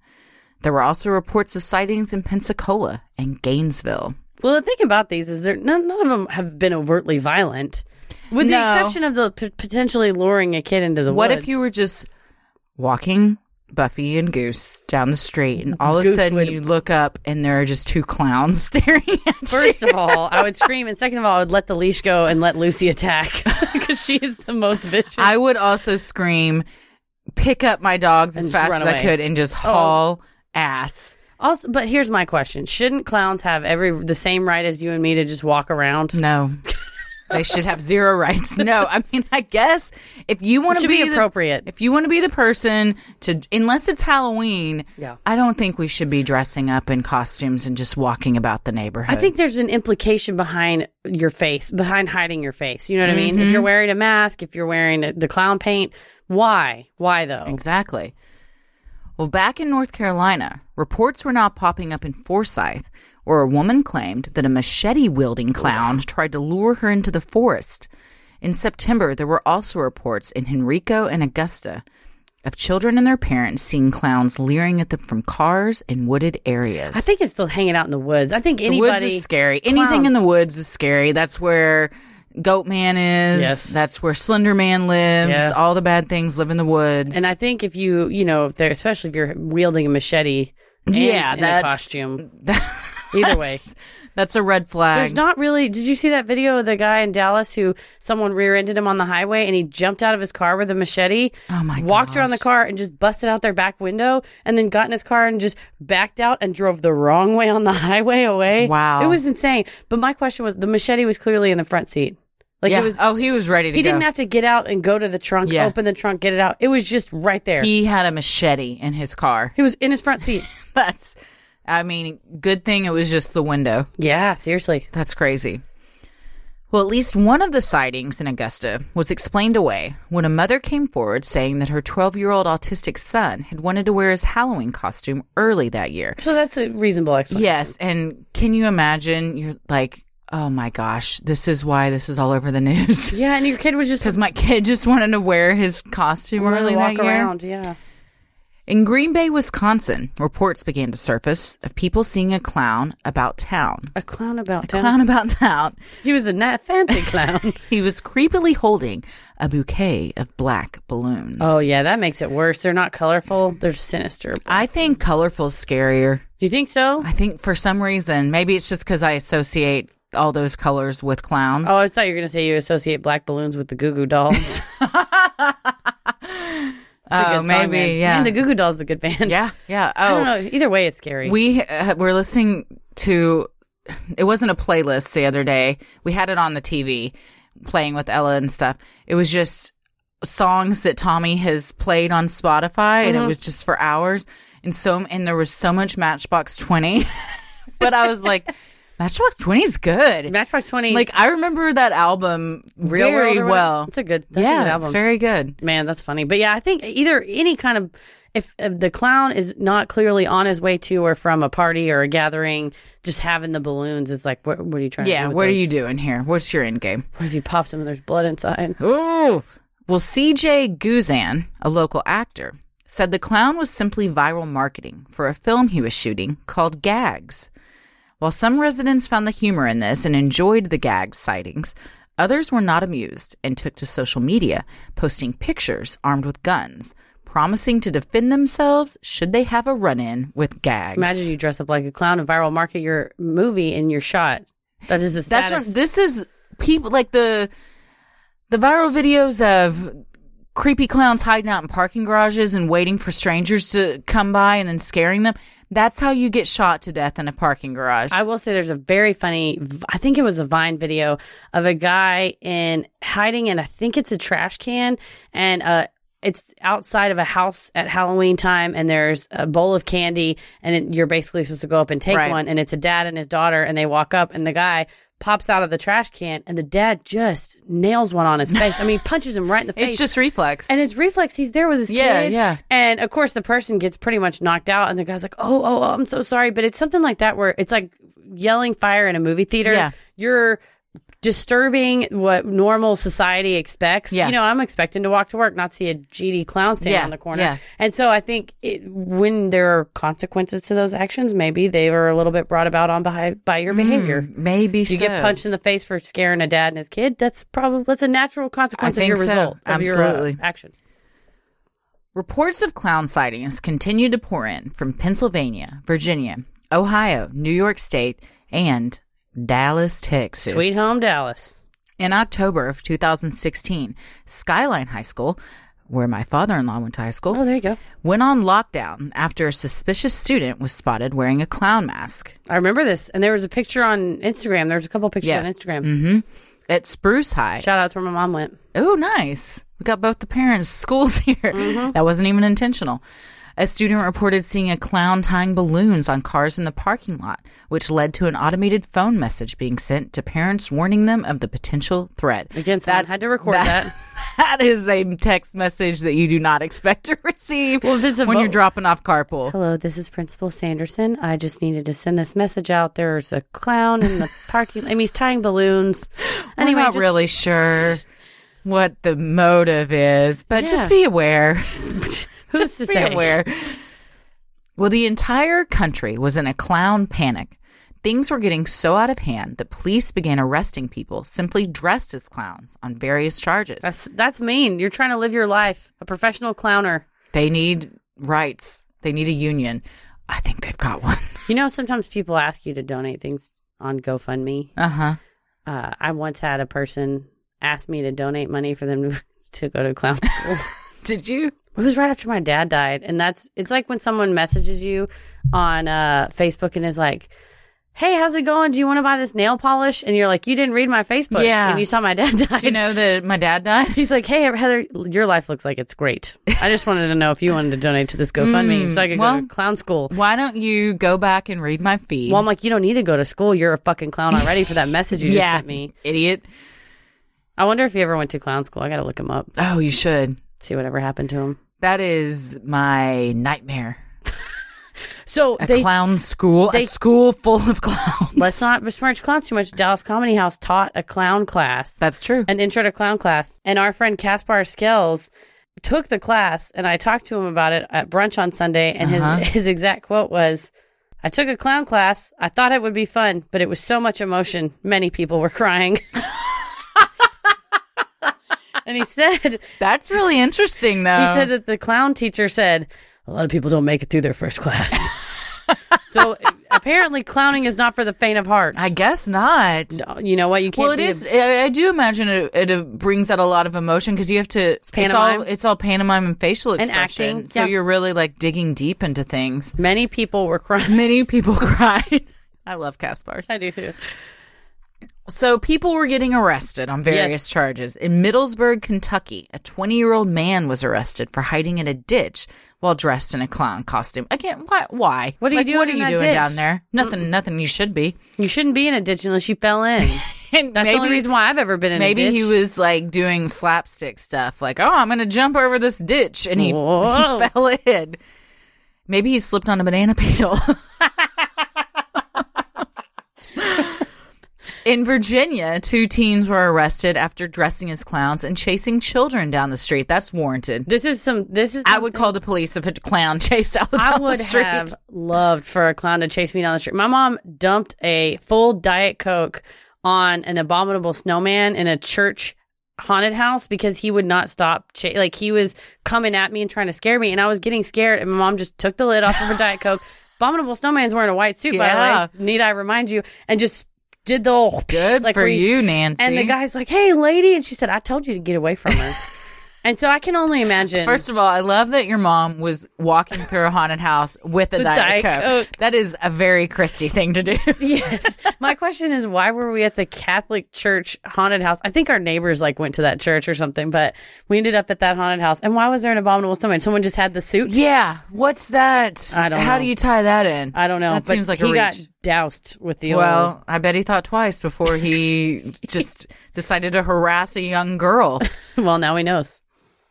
A: There were also reports of sightings in Pensacola and Gainesville.
B: Well, the thing about these is there none, none of them have been overtly violent, with the
A: No.
B: exception of the p- potentially luring a kid into the
A: what
B: woods.
A: if you were just walking Buffy and Goose down the street and all of a
B: Goose
A: sudden
B: would-
A: you look up and there are just two clowns staring at
B: First
A: you?
B: of all, I would scream, and second of all, I would let the leash go and let Lucy attack because she is the most vicious.
A: I would also scream, pick up my dogs
B: And
A: as
B: just
A: fast
B: run
A: as I
B: away. Oh.
A: could and just haul ass.
B: also, but here's my question: Shouldn't clowns have every the same right as you and me to just walk around?
A: No. they should have zero rights. No, I mean, I guess if you want to
B: It should
A: be,
B: be,
A: the-
B: appropriate.
A: If you want to be the person to, unless it's Halloween,
B: Yeah.
A: I don't think we should be dressing up in costumes and just walking about the neighborhood.
B: I think there's an implication behind your face, behind hiding your face. You know what I mean? If
A: Mm-hmm.
B: you're wearing a mask, if you're wearing the clown paint, why? Why though?
A: exactly. Well, back in North Carolina, reports were now popping up in Forsyth, where a woman claimed that a machete wielding clown tried to lure her into the forest. In September, there were also reports in Henrico and Augusta of children and their parents seeing clowns leering at them from cars in wooded areas.
B: I think it's still hanging out in the woods. I think anybody
A: the woods is scary. Anything in the woods is scary. That's where Goat Man is.
B: Yes.
A: That's where Slender Man lives.
B: Yeah.
A: All the bad things live in the woods.
B: and I think if you, you know, if they're especially if you're wielding a machete, and
A: Yeah,
B: in a
A: that's-
B: costume. Either way,
A: that's a red flag.
B: there's not really. Did you see that video of the guy in Dallas who someone rear-ended him on the highway and he jumped out of his car with a machete?
A: Oh my
B: Walked around the car and just busted out their back window, and then got in his car and just backed out and drove the wrong way on the highway away.
A: Wow.
B: it was insane. But my question was, the machete was clearly in the front seat. Like
A: yeah.
B: it was.
A: oh, he was ready to
B: He
A: go.
B: didn't have to get out and go to the trunk,
A: Yeah.
B: open the trunk, get it out. It was just right there. He,
A: He had a machete in his car.
B: was in his front seat.
A: That's, I mean, good thing it was just the window.
B: yeah, seriously.
A: That's crazy. Well, at least one of the sightings in Augusta was explained away when a mother came forward saying that her 12 year old autistic son had wanted to wear his Halloween costume early that year.
B: So that's a reasonable explanation.
A: Yes, and can you imagine? You're like, oh my gosh, this is why this is all over the news.
B: Yeah, and your kid was just
A: Because my kid just wanted to wear his costume
B: wanted to
A: early
B: walk
A: that year.
B: around. Yeah.
A: In Green Bay, Wisconsin, reports began to surface of people seeing a clown about town.
B: A clown about town.
A: Clown about town.
B: He was a na- fancy clown.
A: He was creepily holding a bouquet of black balloons.
B: oh, yeah, that makes it worse. They're not colorful, they're sinister. Do
A: I think colorful's scarier.
B: you think so?
A: I think for some reason, maybe it's just because I associate all those colors with clowns.
B: Oh, I thought you were going to say you associate black balloons with the Goo Goo Dolls. That's
A: Oh,
B: a good song,
A: maybe,
B: man.
A: yeah.
B: Man, the Goo Goo Dolls is a good band.
A: yeah, yeah. Oh,
B: I don't know. Either way, it's scary.
A: We uh, were listening to it wasn't a playlist the other day. We had it on the TV playing with Ella and stuff. It was just songs that Tommy has played on Spotify
B: Mm-hmm.
A: and it was just for hours. And so and there was so much Matchbox 20. but I was like Matchbox 20 is good.
B: Matchbox 20.
A: Like I remember that album
B: Real
A: very
B: World or whatever.
A: well.
B: It's a good, that's
A: yeah,
B: a good album.
A: it's very good.
B: Man, that's funny. But yeah, I think either any kind of if, if the clown is not clearly on his way to or from a party or a gathering, just having the balloons is like, what, what are you trying to
A: Yeah,
B: do? with
A: what are
B: those?
A: you doing here? What's your end game?
B: What if you pop them and there's blood inside?
A: Ooh. Well, CJ Guzan, a local actor, said the clown was simply viral marketing for a film he was shooting called Gags. While some residents found the humor in this and enjoyed the gag sightings, others were not amused and took to social media, posting pictures armed with guns, promising to defend themselves should they have a run in with gags.
B: Imagine you dress up like a clown and viral market your movie and your shot. That is the
A: That's
B: saddest-
A: what, this is people like the the viral videos of creepy clowns hiding out in parking garages and waiting for strangers to come by and then scaring them. That's how you get shot to death in a parking garage.
B: I will say there's a very funny, I think it was a Vine video of a guy in hiding in, I think it's a trash can, and uh, it's outside of a house at Halloween time, and there's a bowl of candy, and it, you're basically supposed to go up and take
A: Right.
B: one, and it's a dad and his daughter, and they walk up, and the guy pops out of the trash can, and the dad just nails one on his face. I mean, punches him right in the face.
A: it's just reflex.
B: And it's reflex. He's there with his
A: Yeah,
B: kid.
A: yeah.
B: And of course, the person gets pretty much knocked out, and the guy's like, "Oh, oh, oh, I'm so sorry." But it's something like that where it's like yelling fire in a movie theater.
A: Yeah.
B: You're disturbing what normal society expects.
A: Yeah.
B: You know, I'm expecting to walk to work, not see a GD clown standing
A: Yeah,
B: on the corner.
A: yeah.
B: And so I think it, when there are consequences to those actions, maybe they were a little bit brought about on by, by your behavior.
A: Maybe
B: You
A: Mm. so.
B: get punched in the face for scaring a dad and his kid. That's probably that's a natural consequence
A: I
B: of your
A: think so.
B: result of
A: Absolutely.
B: your uh, action.
A: Reports of clown sightings continue to pour in from Pennsylvania, Virginia, Ohio, New York State, and Dallas, Texas.
B: Sweet Home Dallas.
A: In October of 2016, Skyline High School, where my father in law went to high school,
B: Oh, there you go.
A: went on lockdown after a suspicious student was spotted wearing a clown mask.
B: I remember this. And there was a picture on Instagram. There was a couple pictures
A: Yeah.
B: on Instagram.
A: At Spruce High.
B: Shout out to where my mom went.
A: Oh, nice. We got both the parents' schools here. That wasn't even intentional. A student reported seeing a clown tying balloons on cars in the parking lot, which led to an automated phone message being sent to parents warning them of the potential threat.
B: Again, someone
A: That's-
B: had to record that.
A: That is a text message that you do not expect to receive
B: Well, if it's a
A: when you're
B: vo-
A: dropping off carpool.
B: Hello, this is Principal Sanderson. I just needed to send this message out. There's a clown in the parking. I mean, he's tying balloons.
A: I'm
B: anyway,
A: not
B: just-
A: really sure what the motive is, but
B: Yeah.
A: just be aware.
B: Who's
A: just
B: to
A: be
B: say?
A: aware. Well, the entire country was in a clown panic. Things were getting so out of hand that police began arresting people simply dressed as clowns on various charges.
B: That's that's mean. You're trying to live your life, a professional clowner.
A: they need rights. They need a union. I think they've got one.
B: You know, sometimes people ask you to donate things on GoFundMe.
A: Uh huh.
B: uh, I once had a person ask me to donate money for them to, to go to clown school.
A: Did you?
B: it was right after my dad died, and that's it's like when someone messages you on uh, Facebook and is like, "Hey, how's it going? Do you want to buy this nail polish?" And you're like, "You didn't read my Facebook,
A: Yeah.
B: and you saw my dad die."
A: You know that my dad died.
B: He's like, "Hey, Heather, your life looks like it's great. I just wanted to know if you wanted to donate to this GoFundMe so I could go
A: Mm. well- mm.
B: to clown school."
A: Why don't you go back and read my feed?
B: Well, I'm like, "You don't need to go to school. You're a fucking clown already for that message you just sent me."
A: idiot.
B: I wonder if he ever went to clown school. I gotta look him up,
A: Oh, you should.
B: see whatever happened to him.
A: That is my nightmare.
B: So
A: A
B: they
A: clown school,
B: they-
A: a school full of clowns.
B: let's not besmirch clowns too much. Dallas Comedy House taught a clown class,
A: That's true.
B: an intro to clown class, and our friend Caspar Skills took the class, and I talked to him about it at brunch on Sunday, and
A: Uh-huh.
B: his his exact quote was. I took a clown class. I thought it would be fun, but it was so much emotion. Many people were crying. and he said,
A: That's really interesting, though.
B: he said that the clown teacher said, a lot of people don't make it through their first class. so apparently, clowning is not for the faint of heart.
A: I guess not.
B: you know what? You can't.
A: Well, it
B: be a-
A: is. I I do imagine it, it uh, brings out a lot of emotion because you have to. It's, all.
B: pantomime.
A: It's all pantomime and facial
B: And
A: expression.
B: acting,
A: So
B: yeah.
A: you're really like digging deep into things.
B: Many people were crying.
A: Many people cried. I love Caspar's.
B: I do too.
A: So people were getting arrested on various
B: Yes.
A: charges. In Middlesburg, Kentucky, a 20 year old man was arrested for hiding in a ditch while dressed in a clown costume. Again, why? Why?
B: What are you
A: Like, What
B: doing
A: are
B: in
A: you
B: that
A: doing
B: ditch?
A: down there? Nothing. Nothing. You should be.
B: You shouldn't be in a ditch unless you fell in. That's
A: And
B: the only reason why I've ever been in a
A: Maybe
B: ditch.
A: he was like doing slapstick stuff, like, "Oh, I'm gonna jump over this ditch," and he, he
B: Whoa.
A: fell in. Maybe he slipped on a banana peel. In Virginia, two teens were arrested after dressing as clowns and chasing children down the street. That's warranted.
B: This is some. This is.
A: I would
B: something-
A: call the police if a clown chased out down
B: I
A: the
B: would
A: street.
B: have loved for a clown to chase me down the street. My mom dumped a full diet coke on an abominable snowman in a church haunted house because he would not stop. Cha- like he was coming at me and trying to scare me, and I was getting scared. And my mom just took the lid off of her diet coke. Abominable snowman's wearing a white suit,
A: Yeah.
B: by the way. Need I remind you? And just did the whole
A: Good
B: like
A: for
B: where you
A: you, Nancy.
B: And the guy's like, "Hey, lady," and she said, "I told you to get away from her." and so I can only imagine.
A: First of all, I love that your mom was walking through a haunted house with a
B: With
A: Diet,
B: Diet
A: Coke.
B: Coke.
A: That is a very Christie thing to do.
B: Yes. My question is why were we at the Catholic church haunted house? I think our neighbors like went to that church or something, but we ended up at that haunted house. And why was there an abominable snowman? Someone just had the suit?
A: yeah. What's that?
B: I don't
A: How
B: know.
A: do you tie that in?
B: I don't know.
A: That
B: but
A: seems like
B: he
A: a reach.
B: got doused with the oil.
A: well, I bet he thought twice before he just decided to harass a young girl.
B: well, now he knows.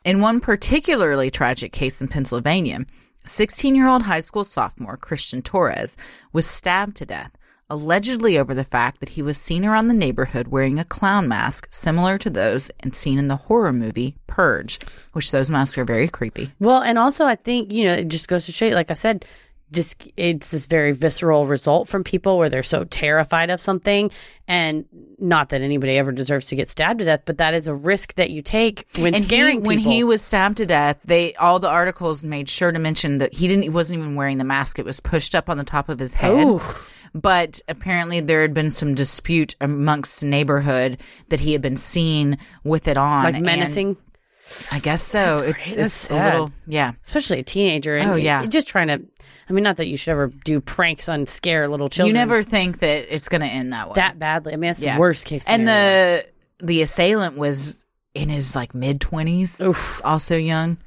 A: In one particularly tragic case in Pennsylvania, 16 year old high school sophomore Christian Torres was stabbed to death, allegedly over the fact that he was seen around the neighborhood wearing a clown mask similar to those and seen in the horror movie Purge, which those masks are very creepy.
B: Well, and also I think, you know, it just goes to show you, like I said, this it's this very visceral result from people where they're so terrified of something and not that anybody ever deserves to get stabbed to death, but that is a risk that you take when
A: And he,
B: scaring
A: when
B: people.
A: he was stabbed to death, they all the articles made sure to mention that he didn't he wasn't even wearing the mask. It was pushed up on the top of his
B: Oh.
A: head. But apparently there had been some dispute amongst the neighborhood that he had been seen with it on.
B: like
A: and
B: menacing.
A: I guess so. It's
B: That's
A: it's a
B: sad.
A: little yeah.
B: especially a teenager. And
A: Oh, yeah.
B: just trying to. I mean, not that you should ever do pranks on scare little
A: You
B: children.
A: never think that it's gonna end that way.
B: that badly. I mean, that's
A: Yeah.
B: the worst case.
A: and
B: scenario.
A: the the assailant was in his like mid twenties, also young.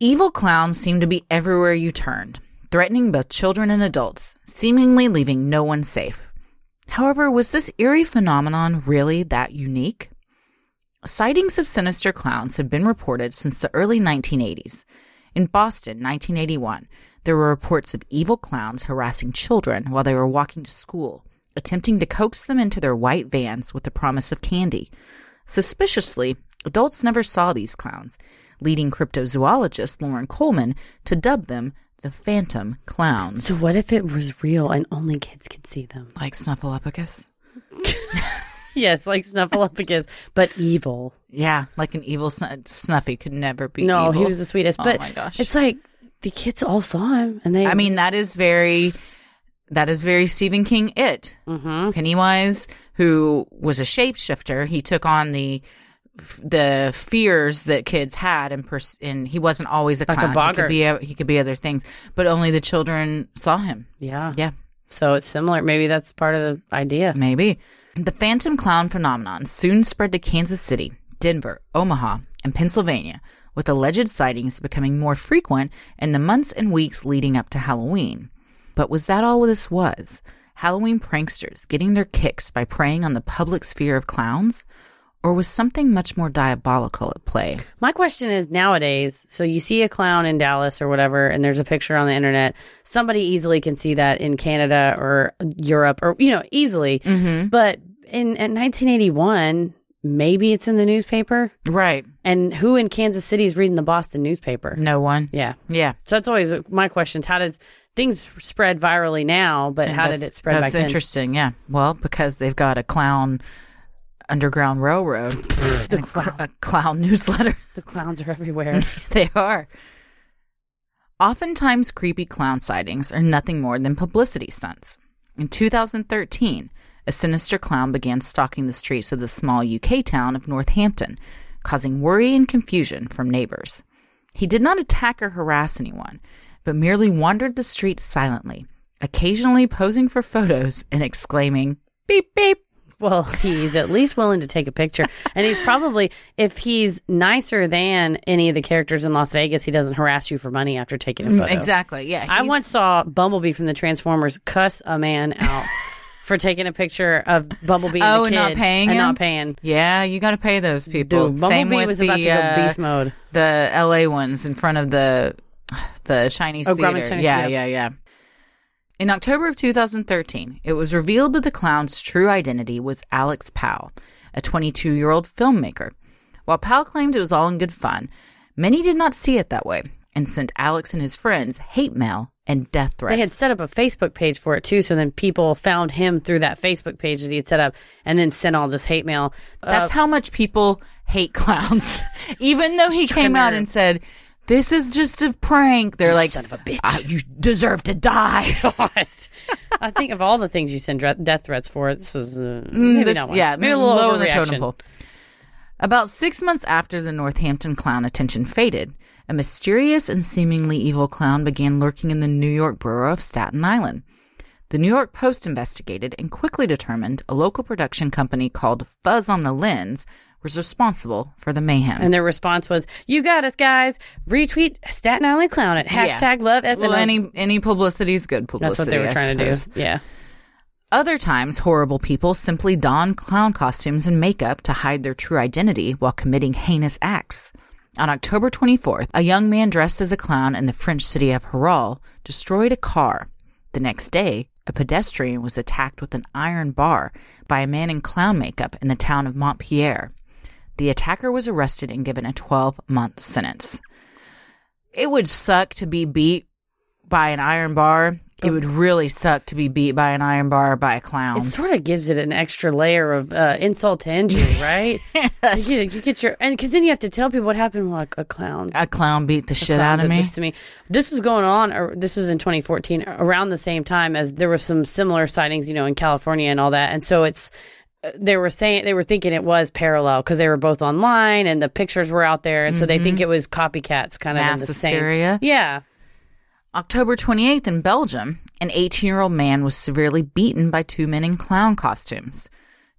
A: Evil clowns seemed to be everywhere you turned, threatening both children and adults, seemingly leaving no one safe. However, was this eerie phenomenon really that unique? Sightings of sinister clowns have been reported since the early 1980s. In Boston, 1981, there were reports of evil clowns harassing children while they were walking to school, attempting to coax them into their white vans with the promise of candy. Suspiciously, adults never saw these clowns, leading cryptozoologist Lauren Coleman to dub them the phantom clowns.
B: so what if it was real and only kids could see them?
A: like Snuffleupagus?
B: Yes, like Snuffleupagus, but evil.
A: Yeah, like an evil snu- Snuffy could never be
B: no,
A: evil.
B: he was the sweetest.
A: Oh
B: but
A: my gosh.
B: it's like the kids all saw him, and they.
A: I mean, that is very, that is very Stephen King. It
B: Mm-hmm.
A: Pennywise, who was a shapeshifter, he took on the the fears that kids had, and pers- and he wasn't always a
B: Like a
A: clown. he
B: boggart.
A: could be a, he could be other things, but only the children saw him.
B: yeah,
A: Yeah.
B: So it's similar. Maybe that's part of the idea.
A: Maybe. The phantom clown phenomenon soon spread to Kansas City, Denver, Omaha, and Pennsylvania, with alleged sightings becoming more frequent in the months and weeks leading up to Halloween. But was that all this was? Halloween pranksters getting their kicks by preying on the public's fear of clowns? Or was something much more diabolical at play?
B: My question is nowadays, so you see a clown in Dallas or whatever, and there's a picture on the internet. Somebody easily can see that in Canada or Europe or, you know, easily. But in, in 1981, maybe it's in the newspaper.
A: Right.
B: And who in Kansas City is reading the Boston newspaper?
A: No one.
B: Yeah.
A: Yeah.
B: So that's always my question is how does things spread virally now, but how did
A: That's-
B: it spread
A: That's
B: back
A: interesting. Yeah. Well, because they've got a clown underground railroad, and a cl- a clown newsletter.
B: then? The clowns are everywhere.
A: they are. Oftentimes, creepy clown sightings are nothing more than publicity stunts. In 2013, a sinister clown began stalking the streets of the small UK town of Northampton, causing worry and confusion from neighbors. He did not attack or harass anyone, but merely wandered the streets silently, occasionally posing for photos and exclaiming, beep, beep.
B: Well, he's at least willing to take a picture. And he's probably, if he's nicer than any of the characters in Las Vegas, he doesn't harass you for money after taking a photo.
A: Mm, Exactly. Yeah.
B: I
A: he's-
B: once saw Bumblebee from the Transformers cuss a man out for taking a picture of Bumblebee and
A: Oh,
B: the
A: and not
B: kid
A: paying
B: and
A: him?
B: not paying.
A: Yeah, you got to pay those people.
B: Dude,
A: Same
B: Bumblebee
A: with
B: was
A: the,
B: about to go
A: uh,
B: beast mode.
A: the LA ones in front of the the Chinese
B: Oh,
A: theater.
B: Grauman's Chinese
A: yeah,
B: Theater.
A: yeah, yeah. In October of 2013, it was revealed that the clown's true identity was Alex Powell, a 22 year old filmmaker. While Powell claimed it was all in good fun, many did not see it that way and sent Alex and his friends hate mail and death threats.
B: They had set up a Facebook page for it too, so then people found him through that Facebook page that he had set up, and then sent all this hate mail.
A: That's
B: Uh,
A: how much people hate clowns. Even though he
B: Just trying
A: came out
B: to-
A: and said, "This is just a prank," they're
B: You
A: like,
B: son of a bitch.
A: "Ah, you deserve to die."
B: God. I think of all the things you send dre- death threats for, this was uh,
A: Mm,
B: maybe
A: this-
B: not one.
A: Yeah,
B: maybe a little
A: low in the
B: overreaction.
A: totem pole. About six months after the Northampton clown attention faded, a mysterious and seemingly evil clown began lurking in the New York borough of Staten Island. The New York Post investigated and quickly determined a local production company called Fuzz on the Lens was responsible for the mayhem.
B: And their response was, "You got us, guys! Retweet Staten Island Clown at
A: Yeah.
B: hashtag Love SNS."
A: well, any any publicity is good publicity.
B: That's what they were
A: I
B: trying to
A: suppose.
B: do. Yeah.
A: Other times, horrible people simply don clown costumes and makeup to hide their true identity while committing heinous acts. On October 24th, a young man dressed as a clown in the French city of Haral destroyed a car. The next day, a pedestrian was attacked with an iron bar by a man in clown makeup in the town of Montpellier. The attacker was arrested and given a 12 month sentence. It would suck to be beat by an iron bar. It would really suck to be beat by an iron bar by a clown.
B: It sort of gives it an extra layer of uh, insult to injury, right? you, you get your and because then you have to tell people what happened. Like a clown,
A: a clown beat the shit
B: clown
A: out of
B: did
A: me.
B: This to me, this was going on. Or this was in 2014, around the same time as there was some similar sightings, you know, in California and all that. And so it's uh, they were saying they were thinking it was parallel because they were both online and the pictures were out there, and so they think it was copycats, kind of in
A: Mm-hmm. Mass
B: the same-
A: hysteria?
B: Yeah,
A: October 28th in Belgium, an 18 year old man was severely beaten by two men in clown costumes.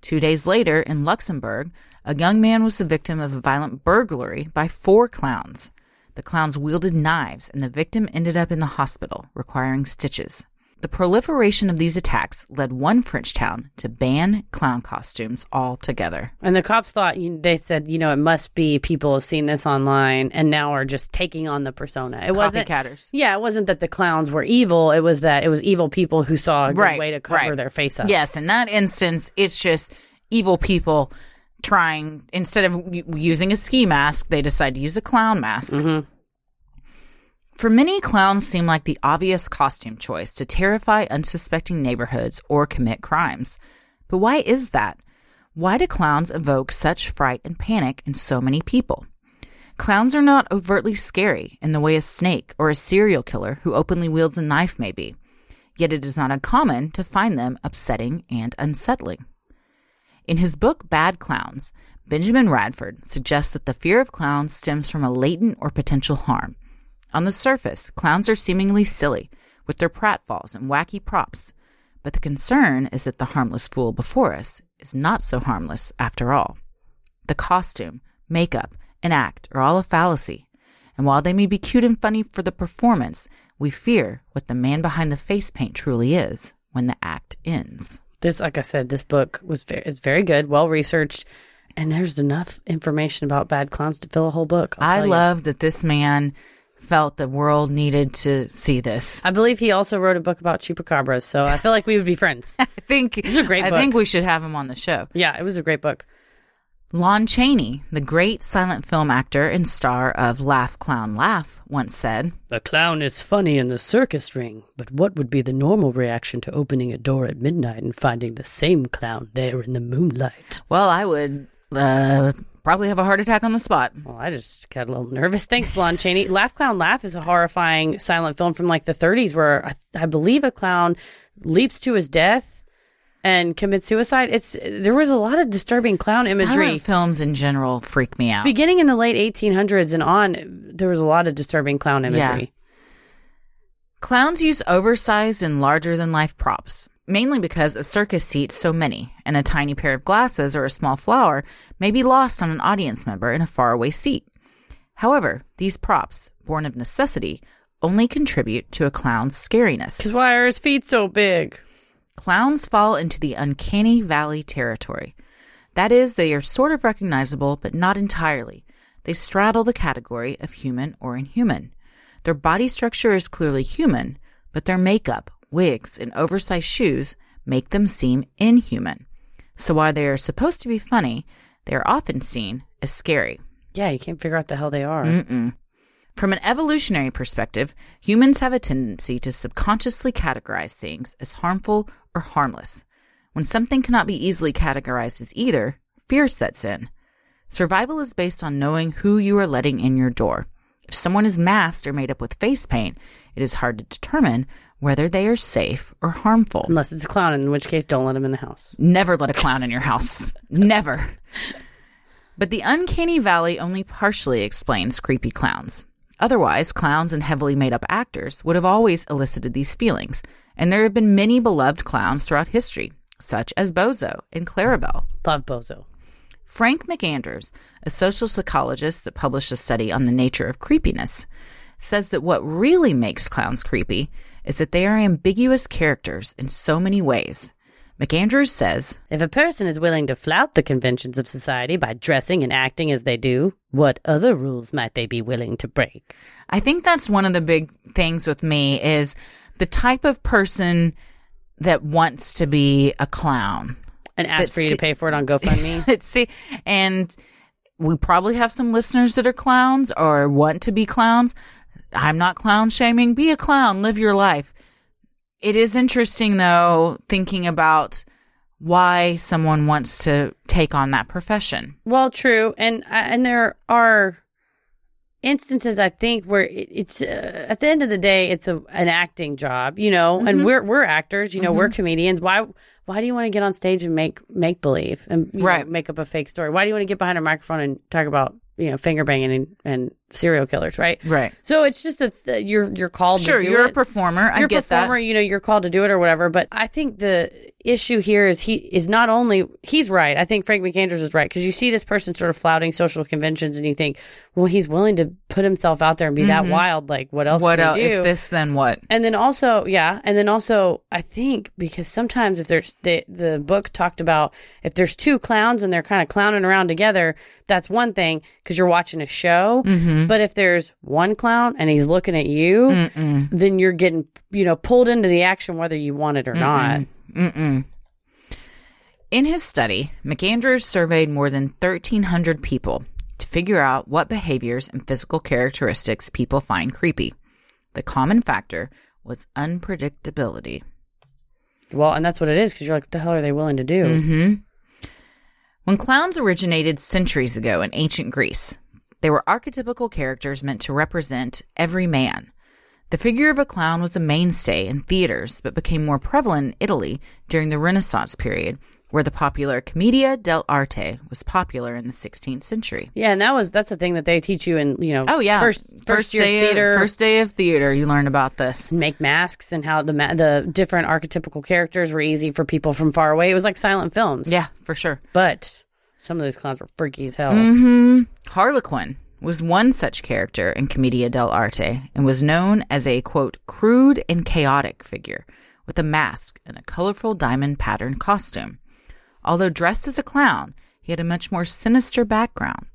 A: Two days later in Luxembourg, a young man was the victim of a violent burglary by four clowns. The clowns wielded knives, and the victim ended up in the hospital, requiring stitches. The proliferation of these attacks led one French town to ban clown costumes altogether.
B: And the cops thought you- they said, you know, it must be people have seen this online and now are just taking on the persona. It wasn't
A: Copycatters.
B: Yeah, it wasn't that the clowns were evil. It was that it was evil people who saw a good
A: Right,
B: way to cover
A: right.
B: their face up.
A: Yes, in that instance, it's just evil people trying instead of u- using a ski mask, they decide to use a clown mask. For many, clowns seem like the obvious costume choice to terrify unsuspecting neighborhoods or commit crimes. But why is that? Why do clowns evoke such fright and panic in so many people? Clowns are not overtly scary in the way a snake or a serial killer who openly wields a knife may be yet it is not uncommon to find them upsetting and unsettling. In his book Bad Clowns, Benjamin Radford suggests that the fear of clowns stems from a latent or potential harm. On the surface, clowns are seemingly silly, with their pratfalls and wacky props, but the concern is that the harmless fool before us is not so harmless after all. The costume, makeup, and act are all a fallacy. And while they may be cute and funny for the performance, we fear what the man behind the face paint truly is when the act ends.
B: This, like I said, this book was very, is very good, well researched, and there's enough information about bad clowns to fill a whole book. I'll
A: i
B: tell you.
A: love that this man felt the world needed to see this.
B: I believe he also wrote a book about chupacabras, so I feel like we would be friends.
A: I think
B: This is a great
A: I
B: book.
A: think we should have him on the show.
B: yeah, it was a great book.
A: Lon Chaney, the great silent film actor and star of Laugh Clown Laugh, once said,
B: The clown is funny in the circus ring, but what would be the normal reaction to opening a door at midnight and finding the same clown there in the moonlight?
A: "Well, I would uh, probably have a heart attack on the spot."
B: Well, I just got a little nervous. Thanks, Lon Chaney. Laugh Clown Laugh is a horrifying silent film from like the 30s where I, I believe a clown leaps to his death and commits suicide. It's there was a lot of disturbing clown imagery.
A: Silent films in general freak me out.
B: Beginning in the late 1800s and on, there was a lot of disturbing clown imagery.
A: Clowns use oversized and larger than life props, mainly because a circus seats so many, and a tiny pair of glasses or a small flower may be lost on an audience member in a faraway seat. However, these props, born of necessity, only contribute to a clown's scariness.
B: Because why are his feet so big?
A: Clowns fall into the uncanny valley territory. That is, they are sort of recognizable, but not entirely. They straddle the category of human or inhuman. Their body structure is clearly human, but their makeup, wigs, and oversized shoes make them seem inhuman. So while they are supposed to be funny, they are often seen as scary.
B: Yeah, you can't figure out the hell they are.
A: Mm-mm. From an evolutionary perspective, humans have a tendency to subconsciously categorize things as harmful or harmless. When something cannot be easily categorized as either, fear sets in. Survival is based on knowing who you are letting in your door. If someone is masked or made up with face paint, it is hard to determine whether they are safe or harmful.
B: Unless it's a clown, in which case, don't let him in the house.
A: Never let a clown in your house. Never. But the uncanny valley only partially explains creepy clowns. Otherwise, clowns and heavily made up actors would have always elicited these feelings, and there have been many beloved clowns throughout history, such as Bozo and Clarabelle.
B: Love Bozo.
A: Frank McAndrews, a social psychologist that published a study on the nature of creepiness, says that what really makes clowns creepy is that they are ambiguous characters in so many ways. McAndrews says,
B: If a person is willing to flout the conventions of society by dressing and acting as they do, what other rules might they be willing to break?
A: I think that's one of the big things with me is the type of person that wants to be a clown.
B: And ask
A: But
B: for you
A: see-
B: to pay for it on GoFundMe?
A: Let's see. And we probably have some listeners that are clowns or want to be clowns. I'm not clown shaming. Be a clown. Live your life. It is interesting, though, thinking about why someone wants to take on that profession.
B: well, true, and uh, and there are instances I think where it, it's uh, at the end of the day, it's a an acting job, you know,
A: Mm-hmm.
B: and we're we're actors, you know, we're comedians. Why why do you want to get on stage and make make believe and you know,
A: Right.
B: make up a fake story? Why do you want to get behind a microphone and talk about you know finger banging and, and serial killers, right?
A: Right.
B: So it's just that th- you're you're called.
A: Sure,
B: to do
A: you're
B: it.
A: a performer. I
B: you're
A: get
B: a performer.
A: that.
B: You know, you're called to do it or whatever. But I think the issue here is he is not only he's right. I think Frank McAndrews is right because you see this person sort of flouting social conventions, and you think, well, he's willing to put himself out there and be that wild. Like, what else?
A: Mm-hmm. What
B: can
A: else?
B: he do?
A: If this, then what?
B: And then also, yeah, and then also, I think because sometimes if there's the the book talked about if there's two clowns and they're kind of clowning around together, that's one thing because you're watching a show.
A: Mm-hmm.
B: But if there's one clown and he's looking at you, then you're getting you know pulled into the action whether you want it or not.
A: In his study, McAndrews surveyed more than 1,300 people to figure out what behaviors and physical characteristics people find creepy. The common factor was unpredictability.
B: Well, and that's what it is because you're like, what the hell are they willing to do?
A: Mm-hmm. When clowns originated centuries ago in ancient Greece, they were archetypical characters meant to represent every man. The figure of a clown was a mainstay in theaters, but became more prevalent in Italy during the Renaissance period, where the popular commedia dell'arte was popular in the 16th century.
B: Yeah, and that was that's the thing that they teach you in you know
A: Oh yeah,
B: first first, year
A: day
B: theater
A: Of, first day of theater, you learn about this.
B: make masks and how the ma- the different archetypical characters were easy for people from far away. It was like silent films.
A: Yeah, for sure.
B: but some of those clowns were freaky as hell.
A: Mm-hmm. Harlequin was one such character in Commedia dell'arte and was known as a quote crude and chaotic figure with a mask and a colorful diamond pattern costume. Although dressed as a clown, he had a much more sinister background.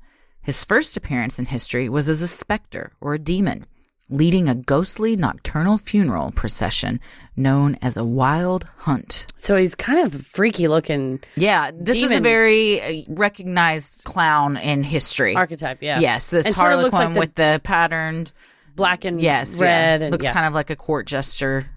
A: His first appearance in history was as a specter or a demon, leading a ghostly nocturnal funeral procession known as a wild hunt.
B: So he's kind of freaky looking
A: Yeah, this is a
B: Demon.
A: very uh, recognized clown in history.
B: archetype. Yeah.
A: Yes, this
B: And sort of
A: harlequin
B: looks like the
A: with the patterned.
B: black and
A: Yes,
B: red
A: yeah.
B: and
A: looks
B: yeah.
A: kind of like a court jester.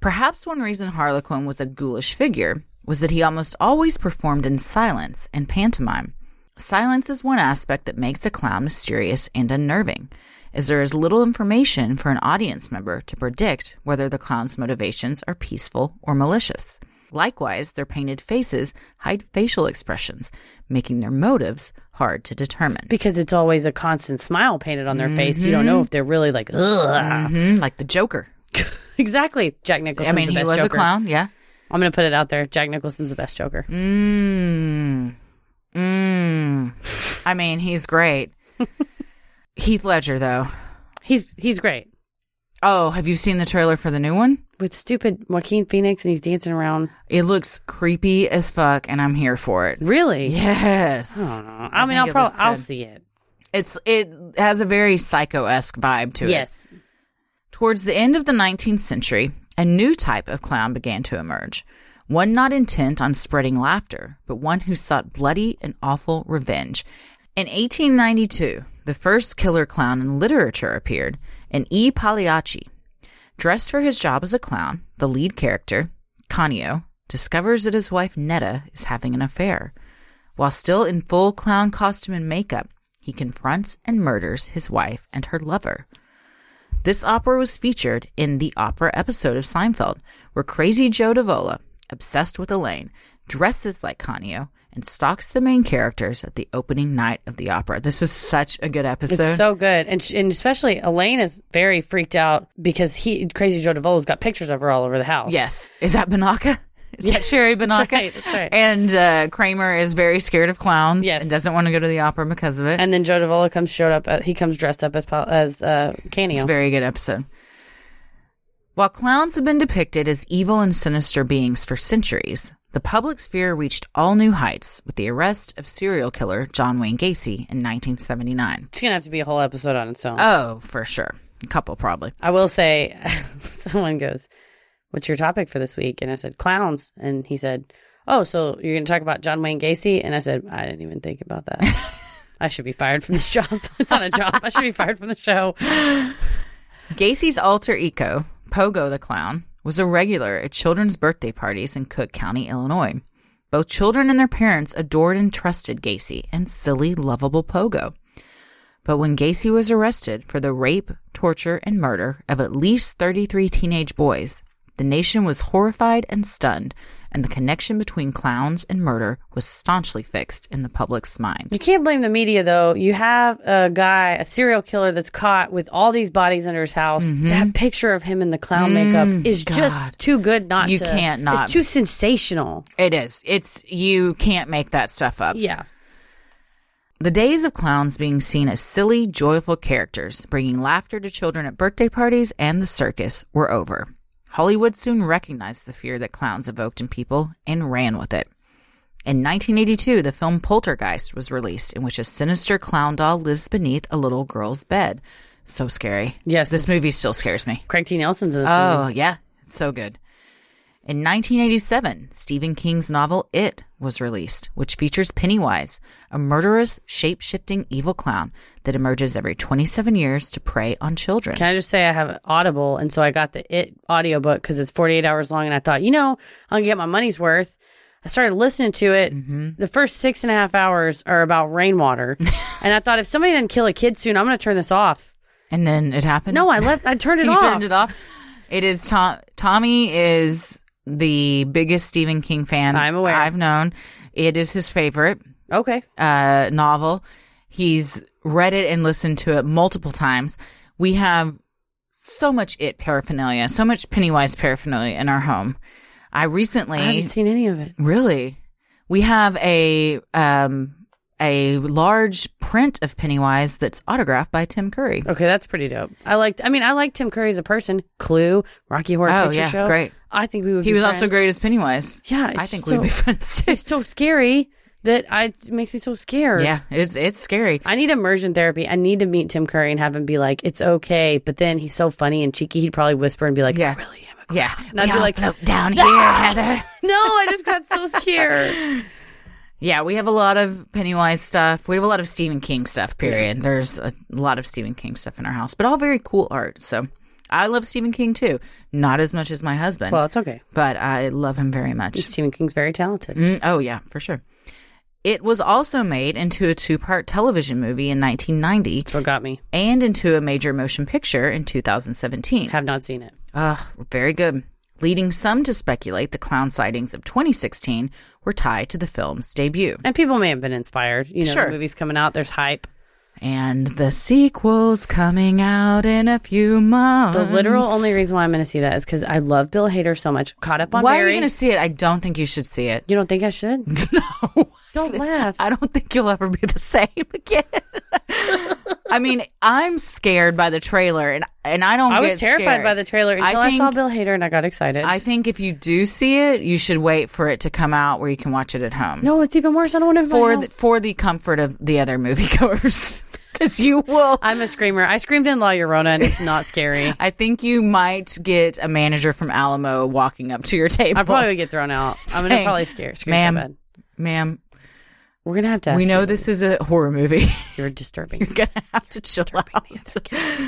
A: Perhaps one reason Harlequin was a ghoulish figure was that he almost always performed in silence and pantomime. Silence is one aspect that makes a clown mysterious and unnerving, as there is little information for an audience member to predict whether the clown's motivations are peaceful or malicious. Likewise, their painted faces hide facial expressions, making their motives hard to determine.
B: because it's always a constant smile painted on their face. You don't know
A: Mm-hmm.
B: if they're really like ugh.
A: Mhm, like the Joker.
B: exactly. Jack Nicholson's
A: I mean,
B: the
A: he
B: best
A: was
B: Joker.
A: a clown, yeah.
B: I'm gonna put it out there. Jack Nicholson's the best Joker.
A: Mm. Mm. I mean, he's great. Heath Ledger, though.
B: He's he's great
A: Oh, have you seen the trailer for the new one?
B: with stupid Joaquin Phoenix and he's dancing around.
A: It looks creepy as fuck, and I'm here for it.
B: Really? Uh,
A: Yes,
B: I don't know. I, mean,
A: think
B: I'll
A: it
B: probably
A: looks
B: I'll
A: good.
B: see it.
A: it's it has a very psycho esque vibe to it.
B: Yes.
A: Towards the end of the 19th century, A new type of clown began to emerge, one not intent on spreading laughter, but one who sought bloody and awful revenge. In 1892, the first killer clown in literature appeared, an E. Pagliacci. Dressed for his job as a clown, the lead character, Canio, discovers that his wife Netta is having an affair. While still in full clown costume and makeup, he confronts and murders his wife and her lover. This opera was featured in the opera episode of Seinfeld, where crazy Joe Davola, obsessed with Elaine, dresses like Canio and stalks the main characters at the opening night of the opera. This is such a good episode.
B: It's so good, and sh and especially Elaine is very freaked out because he crazy Joe Davolo's got pictures of her all over the house.
A: yes. Is that Banaka? Is that Sherry Banaka?
B: That's right, that's right.
A: And uh, Kramer is very scared of clowns
B: Yes.
A: and doesn't want to go to the opera because of it.
B: And then Joe Davola comes showed up. At, he comes dressed up as Pol- as uh, Canio.
A: It's a very good episode. While clowns have been depicted as evil and sinister beings for centuries, the public sphere reached all new heights with the arrest of serial killer John Wayne Gacy in 1979.
B: it's gonna have to be a whole episode on its own.
A: Oh, for sure. A couple, probably.
B: I will say, someone goes, "What's your topic for this week?" And I said, "Clowns." And he said, "Oh, so you're going to talk about John Wayne Gacy?" And I said, "I didn't even think about that. I should be fired from this job. it's not a job. I should be fired from the show."
A: Gacy's alter ego, Pogo the Clown, was a regular at children's birthday parties in Cook County, Illinois. Both children and their parents adored and trusted Gacy and silly, lovable Pogo. But when Gacy was arrested for the rape, torture, and murder of at least 33 teenage boys, the nation was horrified and stunned, and the connection between clowns and murder was staunchly fixed in the public's mind.
B: You can't blame the media though. You have a guy, a serial killer that's caught with all these bodies under his house. That picture of him in the clown makeup
A: Mm-hmm.
B: is
A: Mm, God.
B: just too good not
A: You
B: to.
A: can't not.
B: It's too sensational.
A: It is. It's, you can't make that stuff up.
B: Yeah.
A: The days of clowns being seen as silly, joyful characters, bringing laughter to children at birthday parties and the circus, were over. Hollywood soon recognized the fear that clowns evoked in people and ran with it. In 1982, the film Poltergeist was released, in which a sinister clown doll lives beneath a little girl's bed. So scary.
B: Yes.
A: This movie still scares me.
B: Craig T. Nelson's in this movie.
A: Oh, yeah. It's so good. In 1987, Stephen King's novel It was released, which features Pennywise, a murderous, shape shifting evil clown that emerges every 27 years to prey on children.
B: Can I just say I have Audible, and so I got the It audiobook because it's 48 hours long, and I thought, you know, I'll get my money's worth. I started listening to it.
A: Mm-hmm.
B: The first six and a half hours are about rainwater, and I thought if somebody doesn't kill a kid soon, I'm going to turn this off.
A: and then it happened.
B: No, I left. I turned it
A: you
B: off.
A: turned it off. It is Tom. Tommy is the biggest Stephen King fan
B: I'm aware.
A: I've known. It is his favorite.
B: Okay,
A: uh, novel. He's read it and listened to it multiple times. We have so much it paraphernalia, so much Pennywise paraphernalia in our home. I recently
B: I haven't seen any of it.
A: Really? We have a um a large print of Pennywise that's autographed by Tim Curry.
B: Okay, that's pretty dope. I liked. I mean, I like Tim Curry as a person. Clue, Rocky Horror
A: Oh,
B: Picture
A: yeah,
B: Show.
A: great.
B: I think we would.
A: He
B: be
A: was also
B: friends.
A: great as Pennywise.
B: Yeah, it's
A: I think
B: so-
A: we'd be friends too.
B: It's so scary that I it makes me so scared.
A: Yeah, it's it's scary.
B: I need immersion therapy. I need to meet Tim Curry and have him be like, "It's okay," but then he's so funny and cheeky, he'd probably whisper and be like,
A: Yeah.
B: "I really am." A-
A: Yeah,
B: I'd
A: we
B: be
A: all
B: like,
A: float down here, Heather.
B: no, I just got so scared.
A: Yeah, we have a lot of Pennywise stuff. We have a lot of Stephen King stuff, period. There's a lot of Stephen King stuff in our house, but all very cool art. So I love Stephen King too. Not as much as my husband,
B: Well, it's okay.
A: but I love him very much.
B: Stephen King's very talented.
A: Mm, oh, yeah, for sure. It was also made into a two part television movie in 1990
B: That's what got me.
A: and into a major motion picture in 2017.
B: Have not seen it.
A: Ugh, very good. Leading some to speculate the clown sightings of 2016 were tied to the film's debut.
B: And people may have been inspired. You know,
A: Sure.
B: the movie's coming out. There's hype.
A: And the sequel's coming out in a few months.
B: The literal only reason why I'm going to see that is because I love Bill Hader so much. Caught up on
A: Why are
B: Barry.
A: you going to see it? I don't think you should see it.
B: You don't think I should? No. Don't laugh.
A: I don't think you'll ever be the same again. I mean, I'm scared by the trailer, and and I don't.
B: I was
A: get
B: terrified
A: scared.
B: by the trailer until I,
A: think-
B: saw Bill Hader and I got excited.
A: I think if you do see it, you should wait for it to come out where you can watch it at home.
B: no, it's even worse. I don't want to
A: for the, for the comfort of the other moviegoers, because you will.
B: I'm a screamer. I screamed in La Llorona, and it's not scary.
A: I think you might get a manager from Alamo walking up to your table.
B: I probably would get thrown out. I'm gonna
A: Saying,
B: probably scare scream
A: "Ma'am,
B: so bad.
A: ma'am.
B: We're gonna have to. Ask
A: We
B: you
A: know this is a horror movie.
B: if You're disturbing.
A: You're gonna have to chill out.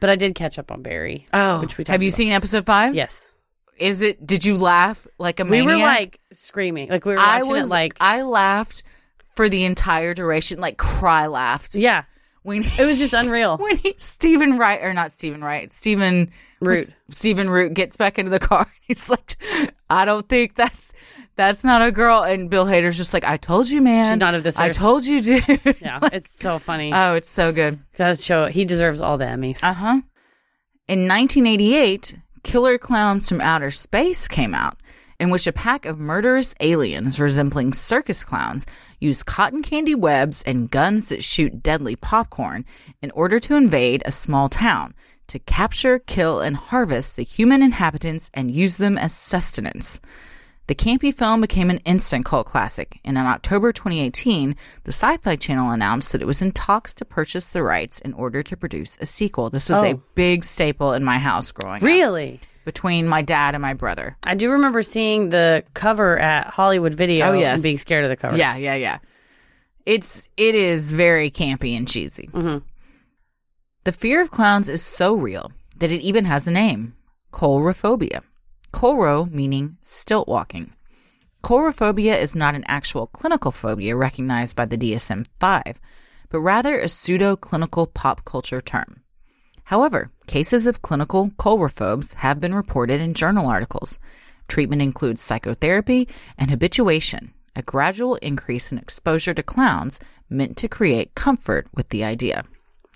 B: but I did catch up on Barry.
A: Oh,
B: which we talked
A: have you
B: about.
A: seen episode five?
B: Yes,
A: Is it? Did you laugh like a maniac?
B: we were like screaming, like we were
A: I
B: watching
A: was
B: it, like
A: I laughed for the entire duration, like cry laughed
B: yeah,
A: when
B: it was just unreal.
A: when he, Stephen Wright or not Stephen Wright, Stephen
B: Root.
A: what's- Stephen Root gets back into the car. He's like, I don't think that's that's not a girl. And Bill Hader's just like, I told you, man,
B: She's not of this
A: I
B: earth."
A: told you, dude.
B: Yeah, it's so funny.
A: Oh, it's so good.
B: that show he deserves all the Emmys.
A: Uh huh. In 1988, Killer Clowns from Outer Space came out, in which a pack of murderous aliens resembling circus clowns use cotton candy webs and guns that shoot deadly popcorn in order to invade a small town to capture, kill, and harvest the human inhabitants and use them as sustenance. The campy film became an instant cult classic, and in October 2018, the Sci Fi Channel announced that it was in talks to purchase the rights in order to produce a sequel. This was a
B: Oh.
A: big staple in my house growing up
B: really,
A: between my dad and my brother.
B: I do remember seeing the cover at Hollywood Video.
A: Oh, yes.
B: and being scared of the cover.
A: Yeah, yeah, yeah. It's it is very campy and cheesy.
B: Mm-hmm.
A: The fear of clowns is so real that it even has a name: chorophobia. Choro meaning stilt walking. Chorophobia is not an actual clinical phobia recognized by the DSM 5, but rather a pseudo clinical pop culture term. However, cases of clinical colrophobes have been reported in journal articles. Treatment includes psychotherapy and habituation, a gradual increase in exposure to clowns meant to create comfort with the idea.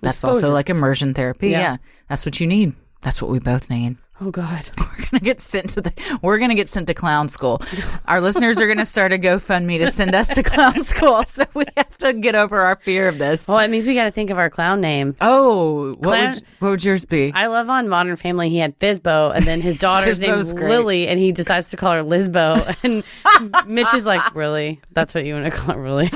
A: That's also
B: Exposure.
A: like immersion therapy.
B: Yeah.
A: Yeah. That's what you need. That's what we both need.
B: Oh God.
A: We're gonna get sent to the we're gonna get sent to clown school. Our listeners are gonna start a GoFundMe to send us to clown school. So we have to get over our fear of this.
B: Well, that means we got to think of our clown name.
A: Oh, what,
B: Clown-
A: would, what would yours be?
B: I love on Modern Family. He had Fizbo, and then his daughter's named
A: Fizbo's great.
B: Lily, and he decides to call her Lizbo. And Mitch is like, "Really? That's what you want to call it? Really?"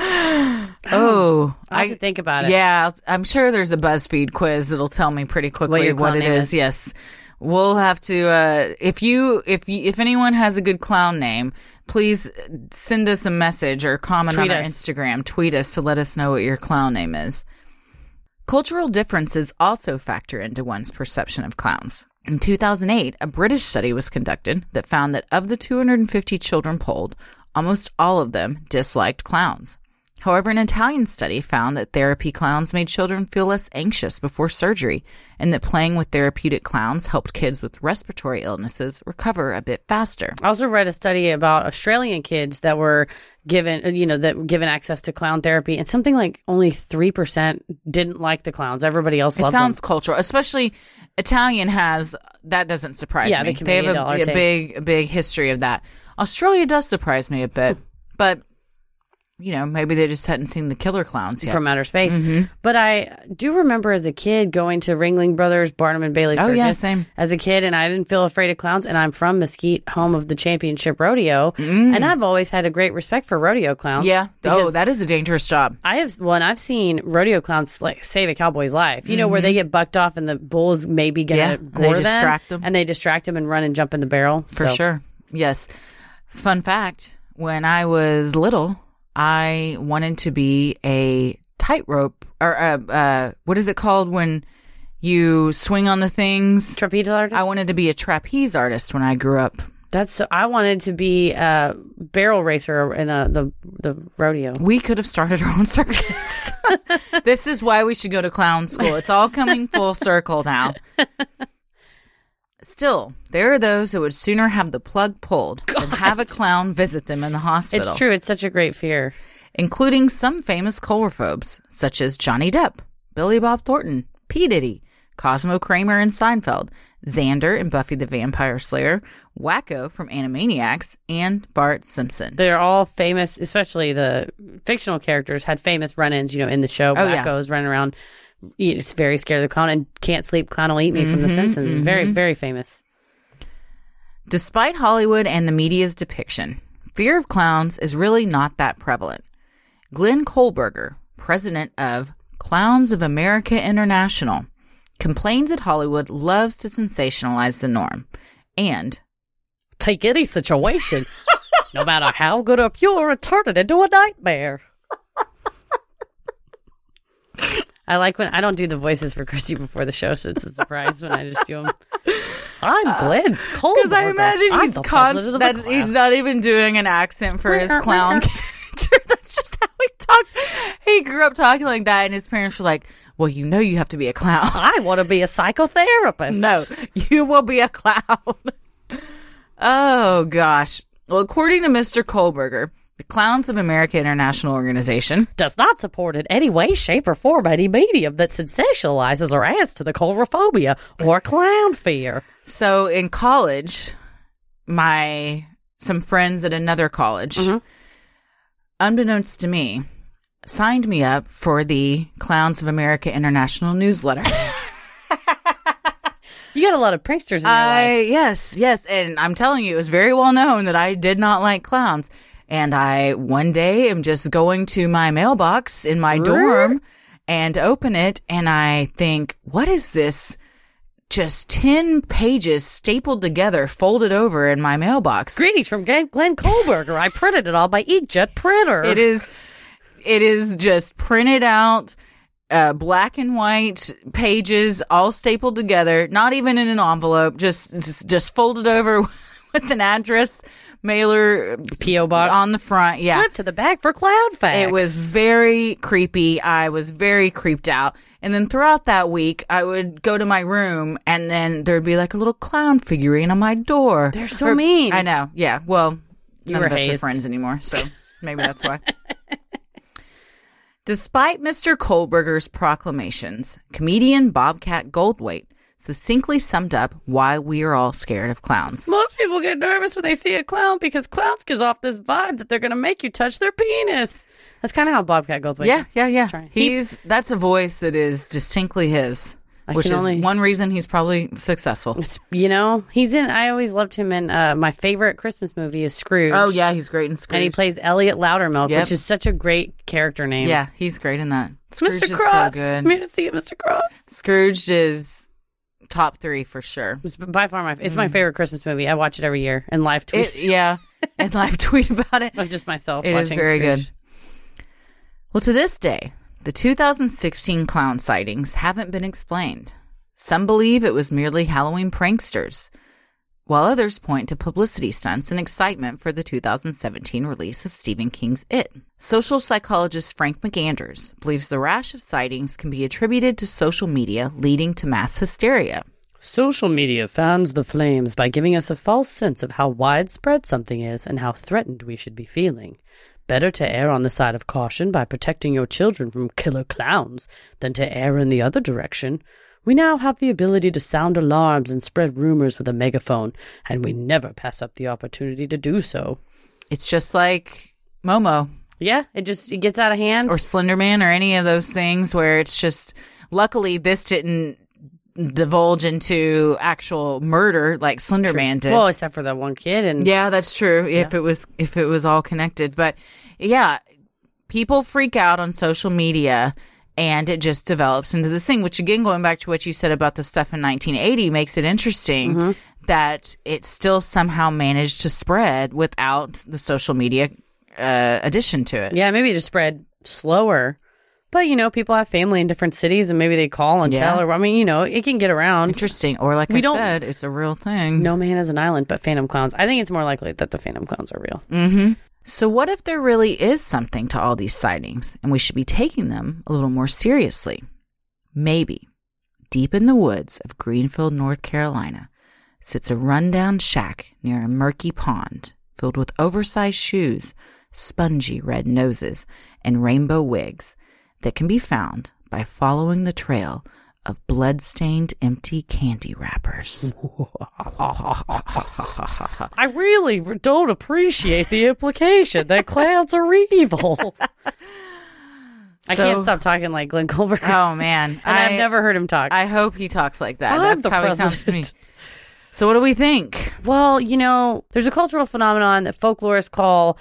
A: Oh,
B: I have to think about it.
A: Yeah, I'll- I'm sure there's a BuzzFeed quiz that'll tell me pretty quickly
B: your
A: what,
B: clown
A: it
B: name
A: is.
B: is.
A: Yes, we'll have to. Uh, if you, if you, if anyone has a good clown name, please send us a message or comment
B: Tweet
A: on our
B: us.
A: Instagram, tweet us to let us know what your clown name is. Cultural differences also factor into one's perception of clowns. In 2008, a British study was conducted that found that of the 250 children polled, almost all of them disliked clowns. However, an Italian study found that therapy clowns made children feel less anxious before surgery, and that playing with therapeutic clowns helped kids with respiratory illnesses recover a bit faster.
B: I also read a study about Australian kids that were given, you know, that were given access to clown therapy, and something like only three percent didn't like the clowns. Everybody else
A: It
B: loved
A: sounds
B: them.
A: cultural, especially Italian has that doesn't surprise
B: Yeah,
A: me.
B: they can
A: They
B: be
A: have
B: a dollar
A: a, a
B: take.
A: big, a big history of that. Australia does surprise me a bit, but you know, maybe they just hadn't seen the killer clowns yet.
B: From outer space,
A: Mm-hmm.
B: but I do remember as a kid going to Ringling Brothers Barnum and Bailey
A: Oh,
B: Circus.
A: yeah, same.
B: As a kid, and I didn't feel afraid of clowns. And I'm from Mesquite, home of the championship rodeo, and I've always had a great respect for rodeo clowns.
A: Mm. yeah. Oh,
B: because
A: that is a dangerous job.
B: I have well, and I've seen rodeo clowns like save a cowboy's life. You know where they get bucked off and the bull is maybe gonna
A: Mm-hmm. Yeah, and they
B: gore them,
A: distract them.
B: and they distract them and run and jump in the barrel
A: For
B: So,
A: sure. Yes. Fun fact when I was little, I wanted to be a tightrope or uh, uh, what is it called when you swing on the things?
B: Trapeze artist.
A: I wanted to be a trapeze artist when I grew up.
B: that's so, I wanted to be a barrel racer in a, the the rodeo.
A: We could have started our own circus. this is why we should go to clown school. It's all coming full circle now. Still, there are those who would sooner have the plug pulled than have a clown visit them in the hospital.
B: It's true. It's such a great fear.
A: including some famous choreophobes, such as Johnny Depp, Billy Bob Thornton, P. Diddy, Cosmo Kramer in Seinfeld, Xander in Buffy the Vampire Slayer, Wacko from Animaniacs, and Bart Simpson.
B: They're all famous, especially the fictional characters had famous run-ins. You know, in the show,
A: Oh, yeah.
B: Wacko's running around It's very scared of the clown and can't sleep. Clown will eat me
A: Mm-hmm,
B: from The Simpsons. It's very, very famous.
A: Despite Hollywood and the media's depiction, fear of clowns is really not that prevalent. Glenn Kohlberger, president of Clowns of America International, complains that Hollywood loves to sensationalize the norm. And
B: Take any situation, no matter how good or pure, and turn it into a nightmare. I like when I don't do the voices for Christy before the show, so it's a surprise when I just do them. I'm Glenn Cole.
A: because Uh, I imagine he's constant, that he's not even doing an accent for his clown character. That's just how he talks. He grew up talking like that, and his parents were like, "Well, you know, you have to be a clown."
B: I want to be a psychotherapist.
A: No, you will be a clown. oh, gosh. Well, according to Mr. Kohlberger, the Clowns of America International Organization,
B: does not support in any way, shape, or form any medium that sensationalizes or adds to the chlorophobia or clown fear.
A: so in college, my some friends at another college, unbeknownst to me, signed me up for the Clowns of America International newsletter.
B: You got a lot of pranksters in your life.
A: I yes, yes, and I'm telling you, it was very well known that I did not like clowns. And I one day am just going to my mailbox in my dorm and open it, and I think, what is this? Just ten pages stapled together, folded over in my mailbox.
B: Greetings from Glenn Glenn Kohlberger. I printed it all by inkjet printer.
A: It is, it is just printed out, uh, black and white pages, all stapled together, not even in an envelope, just just, just folded over with an address mailer
B: PO box
A: on the front. Yeah,
B: flip to the back for clown facts.
A: it was very creepy. I was very creeped out. And then throughout that week, I would go to my room, and then there'd be like a little clown figurine on my door.
B: They're so mean.
A: I know. Yeah. Well, none
B: were
A: of us are
B: hazed.
A: friends anymore, so maybe that's why. Despite Mr. Kohlberger's proclamations, comedian Bobcat Goldthwait succinctly summed up why we are all scared of clowns.
B: Most people get nervous when they see a clown because clowns gives off this vibe that they're going to make you touch their penis. That's kind of how Bobcat Goldthwait.
A: Yeah, yeah, yeah.
B: Trying. He-
A: He's that's a voice that is distinctly his,
B: I
A: which is
B: can only-
A: one reason he's probably successful.
B: It's- you know, he's in. I always loved him in uh, my favorite Christmas movie is Scrooge.
A: Oh yeah, he's great in
B: and he
A: Scrooge.
B: plays Elliot Loudermilk,
A: Yep.
B: which is such a great character name.
A: yeah, he's great in that. Scrooge
B: Mr.
A: is
B: Cross.
A: so
B: I'm
A: good.
B: here to see you, Mr. Cross.
A: Scrooge is top three for sure.
B: It's by far my it's my favorite Christmas movie. I watch it every year and live tweet
A: Mm. It, yeah, and live tweet about it.
B: of just myself.
A: It is
B: watching
A: very
B: Scrooge.
A: good. Well, to this day, the 2016 clown sightings haven't been explained. Some believe it was merely Halloween pranksters, while others point to publicity stunts and excitement for the 2017 release of Stephen King's It. Social psychologist Frank McAndrews believes the rash of sightings can be attributed to social media leading to mass hysteria.
B: Social media fans the flames by giving us a false sense of how widespread something is and how threatened we should be feeling. Better to err on the side of caution by protecting your children from killer clowns than to err in the other direction. We now have the ability to sound alarms and spread rumors with a megaphone, and we never pass up the opportunity to do so.
A: It's just like Momo
B: Yeah, it just it gets out of hand.
A: or Slenderman or any of those things where it's just luckily this didn't divulge into actual murder like Slenderman did.
B: well, except for that one kid and
A: yeah, that's true. If it was if it was all connected, but yeah, people freak out on social media and it just develops into this thing which again going back to what you said about the stuff in 1980 makes it interesting that it still somehow managed to spread without the social media uh, addition to it.
B: Yeah, maybe it just spread slower. But you know, people have family in different cities, and maybe they call and
A: Yeah.
B: tell. Or I mean, you know, it can get around.
A: Interesting. Or like
B: We
A: I
B: don't-
A: said, it's a real thing.
B: No man is an island, but phantom clowns. I think it's more likely that the phantom clowns are real.
A: Mm-hmm. So what if there really is something to all these sightings and we should be taking them a little more seriously? Maybe. Deep in the woods of Greenfield, North Carolina, sits a rundown shack near a murky pond filled with oversized shoes, spongy red noses, and rainbow wigs that can be found by following the trail of blood-stained empty candy wrappers.
B: I really r- don't appreciate the implication that clowns are evil. I
A: So-
B: can't stop talking like Glenn Goldberg.
A: Oh man,
B: and I,
A: I-
B: have never heard him talk.
A: I hope he talks like that.
B: God,
A: That's
B: the
A: how he sounds to me.
B: president.
A: So what do we think?
B: Well, you know, there's a cultural phenomenon that folklorists call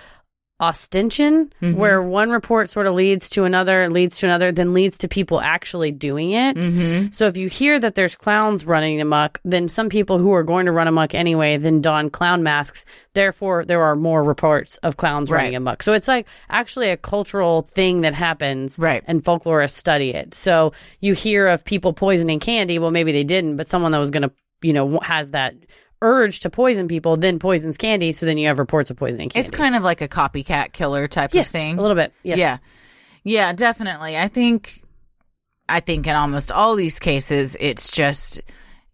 B: ostension,
A: Mm-hmm.
B: where one report sort of leads to another, leads to another, then leads to people actually doing it.
A: Mm-hmm.
B: So if you hear that there's clowns running amok, then some people who are going to run amok anyway then don clown masks. Therefore, there are more reports of clowns running
A: Right.
B: amok. So it's like actually a cultural thing that happens,
A: Right.
B: And folklorists study it. So you hear of people poisoning candy. Well, maybe they didn't, but someone that was going to, you know, has that urge to poison people then poisons candy. So then you have reports of poisoning candy.
A: It's kind of like a copycat killer type
B: yes,
A: of thing.
B: a little bit. Yes.
A: Yeah. Yeah, definitely. I think I think in almost all these cases it's just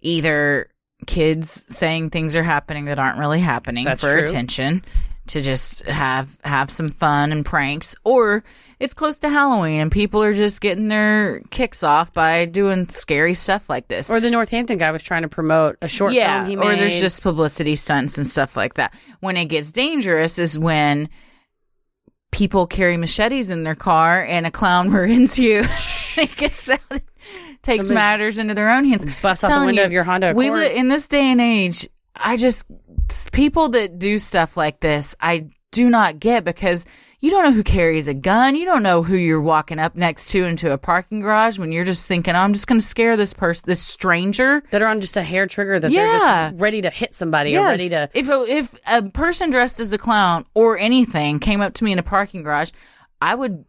A: either kids saying things are happening that aren't really happening
B: That's
A: for
B: true.
A: attention to just have have some fun and pranks or it's close to Halloween and people are just getting their kicks off by doing scary stuff like this.
B: Or the Northampton guy was trying to promote a short film he made.
A: Or there's just publicity stunts and stuff like that. When it gets dangerous is when people carry machetes in their car and a clown runs you. it gets out, takes
B: Somebody
A: matters into their own hands.
B: busts out the
A: Telling
B: window of your Honda
A: We
B: Accord.
A: live in this day and age. I just people that do stuff like this, I do not get because. You don't know who carries a gun. You don't know who you're walking up next to into a parking garage when you're just thinking, oh, I'm just going to scare this person, this stranger.
B: that are on just a hair trigger that they're
A: Yeah.
B: just ready to hit somebody or ready to
A: If a, if a person dressed as a clown or anything came up to me in a parking garage, I would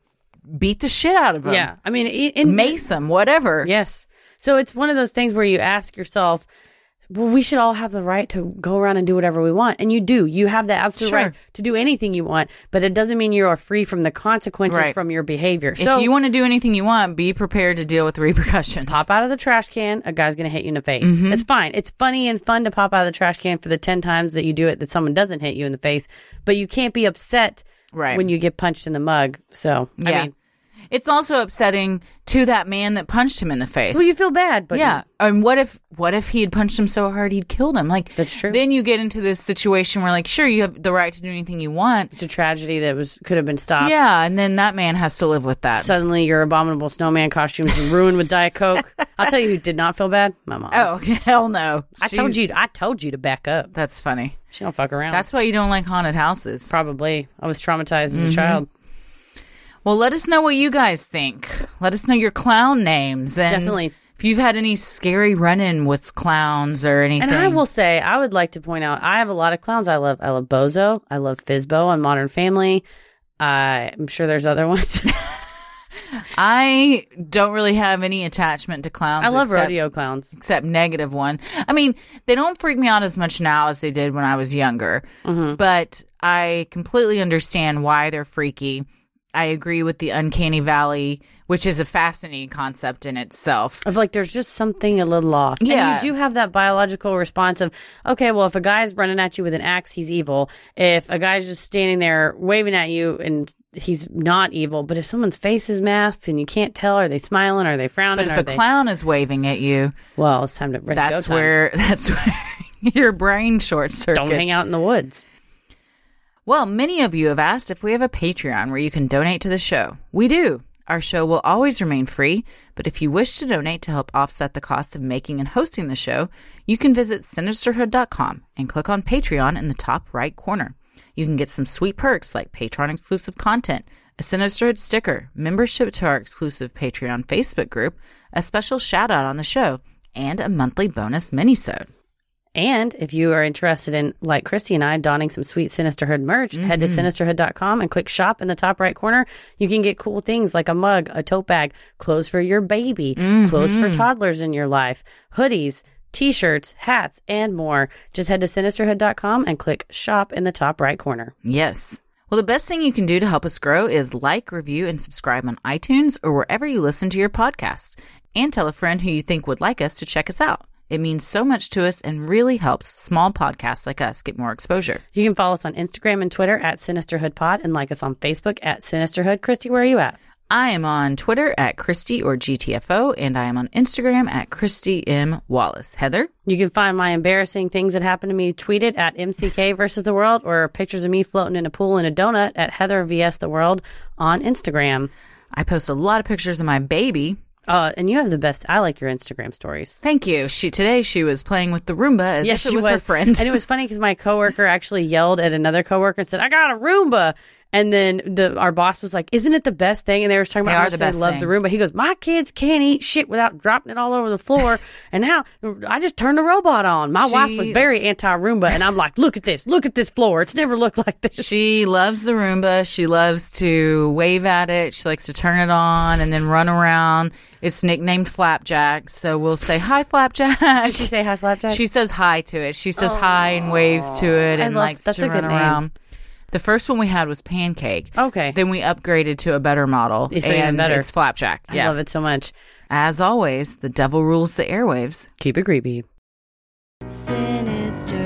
A: beat the shit out of them.
B: yeah i mean i- in
A: mace them, whatever.
B: yes so it's one of those things where you ask yourself well we should all have the right to go around and do whatever we want and you do you have the absolute
A: Sure.
B: right to do anything you want but it doesn't mean you are free from the consequences
A: Right.
B: from your behavior
A: If
B: so
A: you want to do anything you want, be prepared to Mm-hmm. deal with the repercussions.
B: pop out of the trash can a guy's gonna hit you in the face it's fine it's funny and fun to pop out of the trash can for the 10 times that you do it that someone doesn't hit you in the face but you can't be upset
A: Right.
B: when you get punched in the mug so i
A: Yeah.
B: mean
A: It's also upsetting to that man that punched him in the face.
B: well you feel bad but
A: yeah, and what if what if he had punched him so hard he'd killed him? Like
B: That's true.
A: Then you get into this situation where, like, sure, you have the right to do anything you want.
B: it's a tragedy that was could have been stopped.
A: Yeah, and then that man has to live with that.
B: Suddenly, your abominable snowman costume's been ruined with Diet Coke. I'll tell you who did not feel bad. My mom.
A: oh hell no!
B: I told you. I told you to back up.
A: That's funny.
B: She don't fuck around.
A: That's why you don't like haunted houses.
B: probably. I was traumatized as a child.
A: Well, let us know what you guys think. Let us know your clown names and
B: Definitely.
A: if you've had any scary run-in with clowns or anything.
B: And I will say, I would like to point out, I have a lot of clowns. I love. I love Bozo. I love Fizbo on Modern Family. I- I'm sure there's other ones.
A: I don't really have any attachment to clowns.
B: I love
A: except,
B: rodeo clowns.
A: except negative one. I mean, they don't freak me out as much now as they did when I was younger.
B: Mm-hmm.
A: But I completely understand why they're freaky. I agree with the uncanny valley, which is a fascinating concept in itself.
B: of like there's just something a little off.
A: Yeah.
B: And you do have that biological response of, okay, well, if a guy's running at you with an axe, he's evil. If a guy's just standing there waving at you and he's not evil, but if someone's face is masked and you can't tell, are they smiling? Are they frowning?
A: But if
B: are
A: a
B: they-
A: clown is waving at you,
B: well, it's time to risk go
A: that's
B: time.
A: where that's where your brain short circuits.
B: don't hang out in the woods.
A: Well, many of you have asked if we have a Patreon where you can donate to the show. We do. Our show will always remain free, but if you wish to donate to help offset the cost of making and hosting the show, you can visit sinisterhood.com and click on Patreon in the top right corner. You can get some sweet perks like Patreon exclusive content, a Sinisterhood sticker, membership to our exclusive Patreon Facebook group, a special shout out on the show, and a monthly bonus minisode.
B: And if you are interested in, like Christy and I, donning some sweet Sinisterhood merch, head to sinisterhood.com and click shop in the top right corner. You can get cool things like a mug, a tote bag, clothes for your baby, clothes for toddlers in your life, hoodies, t shirts, hats, and more. Just head to sinisterhood.com and click shop in the top right corner.
A: Yes. Well, the best thing you can do to help us grow is like, review, and subscribe on iTunes or wherever you listen to your podcast. And tell a friend who you think would like us to check us out. It means so much to us and really helps small podcasts like us get more exposure.
B: You can follow us on Instagram and Twitter at sinisterhoodpod and like us on Facebook at sinisterhood. Christy, where are you at?
A: I am on Twitter at Christy or GTFO, and I am on Instagram at Christy M. Wallace. Heather?
B: You can find my embarrassing things that happened to me tweeted at MCK versus the world or pictures of me floating in a pool in a donut at Heather vs the world on Instagram.
A: I post a lot of pictures of my baby.
B: Uh, and you have the best. I like your Instagram stories.
A: Thank you. She today she was playing with the Roomba as if it was, her friend.
B: And it was funny because my coworker actually yelled at another coworker and said, "I got a Roomba." And then the our boss was like, "Isn't it the best thing?" And they were talking
A: They
B: about
A: are
B: how
A: the
B: much they
A: best
B: love the
A: thing.
B: Roomba. He goes, "My kids can't eat shit without dropping it all over the floor." and now I just turned the robot on. My wife was
A: She-
B: very anti Roomba, and I'm like, "Look at this! Look at this floor! It's never looked like this."
A: She loves the Roomba. She loves to wave at it. She likes to turn it on and then run around. It's nicknamed Flapjack, so we'll say hi, Flapjack.
B: Did she say hi, flapjack?
A: She says hi to it. She says hi and waves to it
B: I
A: and
B: love-
A: likes
B: that's
A: to
B: a good
A: run
B: name. Oh,
A: around. The first one we had was Pancake.
B: okay.
A: Then we upgraded to a better model,
B: It's even
A: and
B: better.
A: it's Flapjack.
B: I love it so much.
A: As always, the devil rules the airwaves.
B: Keep it creepy.
C: Sinister